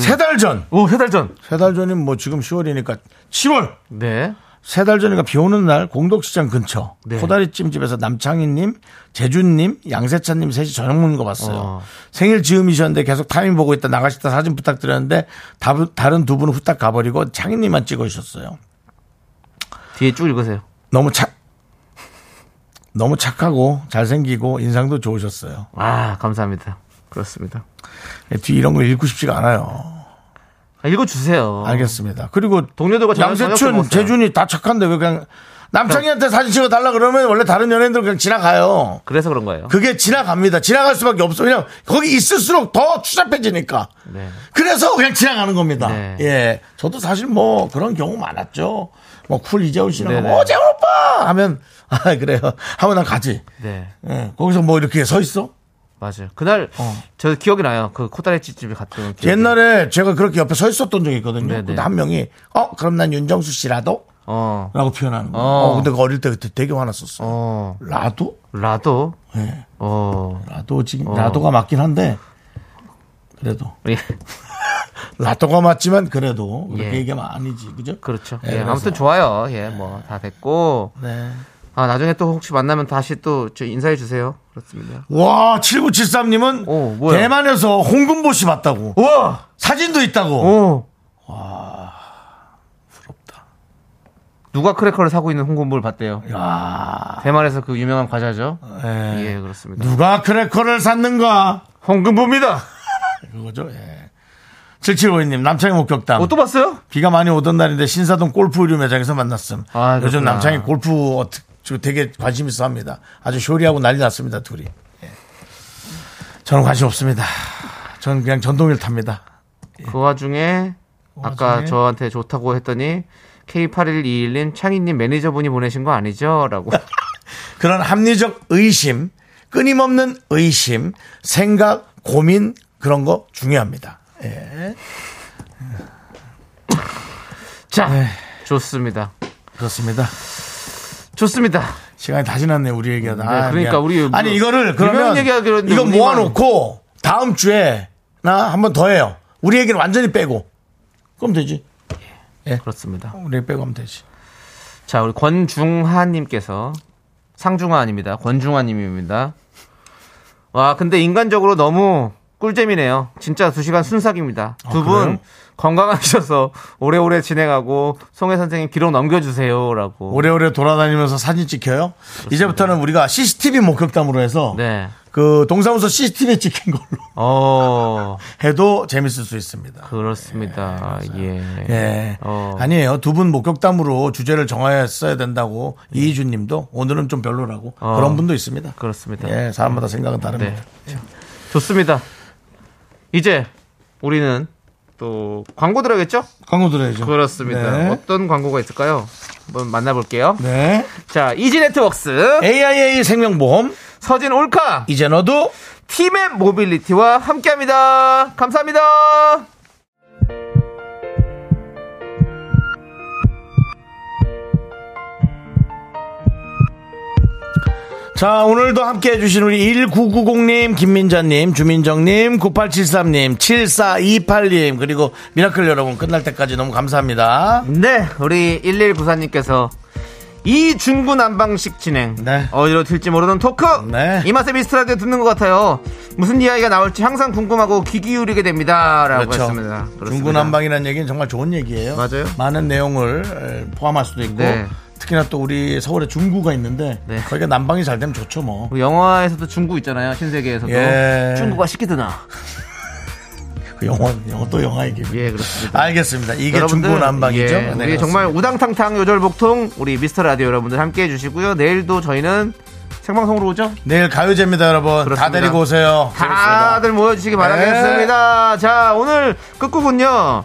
A: 세 달 전.
B: 오 세 달 전.
A: 세 달 전이면 뭐 지금 10월이니까 7월.
B: 네.
A: 세 달 전이가 비 오는 날 공덕시장 근처
B: 네.
A: 코다리찜 집에서 남창희님, 재준님, 양세찬님 셋이 저녁 먹는 거 봤어요.
B: 어.
A: 생일 즈음이셨는데 계속 타이밍 보고 있다 나가시다 사진 부탁드렸는데 다- 다른 두 분은 후딱 가버리고 창희님만 찍어주셨어요.
B: 뒤에 쭉 읽으세요.
A: 너무 착 너무 착하고 잘생기고 인상도 좋으셨어요.
B: 아 감사합니다. 그렇습니다.
A: 뒤 이런 거 읽고 싶지가 않아요.
B: 아, 읽어주세요.
A: 알겠습니다. 그리고
B: 동료들과 저녁- 저녁 때
A: 양세춘,
B: 먹었어요.
A: 재준이 다 착한데 왜 그냥 남창희한테 사진 찍어 달라 그러면 원래 다른 연예인들 그냥 지나가요.
B: 그래서 그런 거예요.
A: 그게 지나갑니다. 지나갈 수밖에 없어. 왜냐면 거기 있을수록 더 추잡해지니까.
B: 네.
A: 그래서 그냥 지나가는 겁니다.
B: 네.
A: 예. 저도 사실 뭐 그런 경우 많았죠. 뭐 쿨 이재훈 씨랑
B: 네네.
A: 뭐, 어, 재훈 오빠! 하면, (laughs) 아, 그래요. 하면 난 가지.
B: 네.
A: 예. 거기서 뭐 이렇게 서 있어?
B: 맞아요. 그날 저 기억이 나요. 그 코다리찌 집에 갔던 기억이.
A: 어. 옛날에 제가 그렇게 옆에 서 있었던 적이 있거든요.
B: 네네.
A: 근데 한 명이, 어, 그럼 난 윤정수 씨라도?
B: 어.
A: 라고 표현하는 거.
B: 어.
A: 어. 어, 근데 그 어릴 때 그때 되게 화났었어.
B: 어.
A: 라도?
B: 라도.
A: 예.
B: 어.
A: 라도 지금 라도가 맞긴 한데 그래도
B: 예.
A: 라도가 맞지만 그래도 그렇게
B: 예.
A: 얘기하면 아니지 그죠?
B: 그렇죠.
A: 예,
B: 예,
A: 그래서.
B: 아무튼 좋아요. 예, 뭐 다 됐고.
A: 네.
B: 아, 나중에 또 혹시 만나면 다시 또 저 인사해 주세요. 그렇습니다.
A: 와 7973님은
B: 오, 뭐야?
A: 대만에서 홍금보 씨 봤다고
B: 우와!
A: 사진도 있다고
B: 오! 누가 크래커를 사고 있는 홍콩볼 봤대요. 대만에서 그 유명한 과자죠.
A: 아. 예.
B: 예, 그렇습니다.
A: 누가 크래커를 샀는가
B: 홍금보입니다.
A: 그거죠 예. 7752님 남창희 목격담
B: 어, 또 봤어요?
A: 비가 많이 오던 날인데 신사동 골프 의류 매장에서 만났음
B: 아,
A: 요즘
B: 그렇구나.
A: 남창희 골프 어떻게 되게 관심 있어 합니다 아주 쇼리하고 난리 났습니다 둘이 예. 저는 관심 없습니다 저는 그냥 전동일 탑니다
B: 그 와중에 아까
A: 예. 그 와중에?
B: 저한테 좋다고 했더니 K8121님 창희님 매니저분이 보내신 거 아니죠?
A: (laughs)
B: 라고.
A: 그런 합리적 의심, 끊임없는 의심, 생각, 고민 그런 거 중요합니다. 예.
B: 자, 네. 좋습니다.
A: 그렇습니다.
B: 좋습니다.
A: 시간이 다 지났네 요 우리 얘기하다. 아,
B: 네, 그러니까
A: 미안.
B: 우리 뭐
A: 아니 이거를 그러면
B: 유명 얘기하기로 했는데
A: 이거
B: 우리만-
A: 모아놓고 다음 주에 나 한 번 더 해요. 우리 얘기는 완전히 빼고 그럼 되지.
B: 그렇습니다.
A: 우리 얘기 빼고 하면 되지.
B: 자, 우리 권중하님께서 상중하 아닙니다. 권중하님입니다. 와, 근데 인간적으로 너무 꿀잼이네요. 진짜 두 시간 순삭입니다. 두 분
A: 아, 그래요?
B: 건강하셔서 오래오래 진행하고 송혜 선생님 기록 넘겨주세요라고.
A: 오래오래 돌아다니면서 사진 찍혀요. 이제부터는 우리가 CCTV 목격담으로 해서
B: 네.
A: 그 동사무소 CCTV 찍힌 걸로 (laughs)
B: 어,
A: 해도 재밌을 수 있습니다.
B: 그렇습니다. 예.
A: 예.
B: 그- 어.
A: 아니에요. 두 분 목격담으로 주제를 정하였어야 된다고 이희준 님도 오늘은 좀 별로라고
B: 어.
A: 그런 분도 있습니다.
B: 그렇습니다.
A: 예, 사람마다 생각은
B: 네.
A: 다릅니다.
B: 좋습니다. 이제 우리는 또 광고 들어야겠죠?
A: 광고 들어야죠.
B: 그렇습니다.
A: 네.
B: 어떤 광고가 있을까요? 한번 만나볼게요.
A: 네. 예.
B: 자, 이지네트웍스,
A: AIA 생명보험,
B: 서진 올카,
A: 이제 너도
B: 팀의 모빌리티와 함께합니다. 감사합니다.
A: 자, 오늘도 함께 해주신 우리 1990님, 김민자님, 주민정님, 9873님, 7428님, 그리고 미라클 여러분 끝날 때까지 너무 감사합니다.
B: 네, 우리 1194님께서 이 중구난방식 진행
A: 네.
B: 어디로 튈지 모르는 토크
A: 네.
B: 이 맛에 미스트라디오 듣는 것 같아요 무슨 이야기가 나올지 항상 궁금하고 귀 기울이게 됩니다 라고 했습니다 그렇습니다.
A: 그렇죠? 중구난방이라는 얘기는 정말 좋은 얘기예요.
B: 맞아요.
A: 많은 내용을 포함할 수도 있고
B: 네.
A: 특히나 또 우리 서울에 중구가 있는데
B: 네.
A: 거기가 난방이 잘 되면 좋죠 뭐.
B: 그 영화에서도 중구 있잖아요 신세계에서도
A: 예.
B: 중구가 시키드나
A: 그 영화 영화 또 영화 얘기.
B: 예 그렇습니다
A: 알겠습니다. 아, 이게
B: 여러분들,
A: 중구난방이죠.
B: 예,
A: 네,
B: 우리
A: 그렇습니다.
B: 정말 우당탕탕 요절복통 우리 미스터 라디오 여러분들 함께 해주시고요. 내일도 저희는 생방송으로 오죠?
A: 내일 가요제입니다, 여러분. 다
B: 그렇습니다.
A: 데리고 오세요.
B: 다들 네. 모여주시기 바라겠습니다. 자, 오늘 끝곡은요.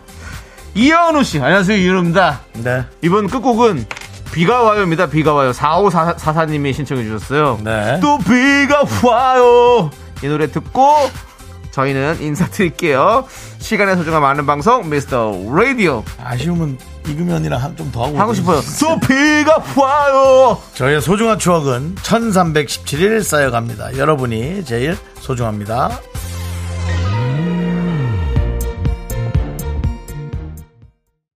B: 이현우 씨. 안녕하세요, 이현우입니다.
A: 네.
B: 이번 끝곡은 비가 와요입니다. 비가 와요. 4544님이 신청해 주셨어요.
A: 네.
B: 또 비가 와요. 이 노래 듣고 저희는 인사드릴게요. 시간의 소중함 많은 방송 미스터 라디오
A: 아쉬움은 이금현이랑 좀 더 하고.
B: 네. 하고 싶어요. 또 비가 와요.
A: 저의 소중한 추억은 1317일 쌓여갑니다. 여러분이 제일 소중합니다.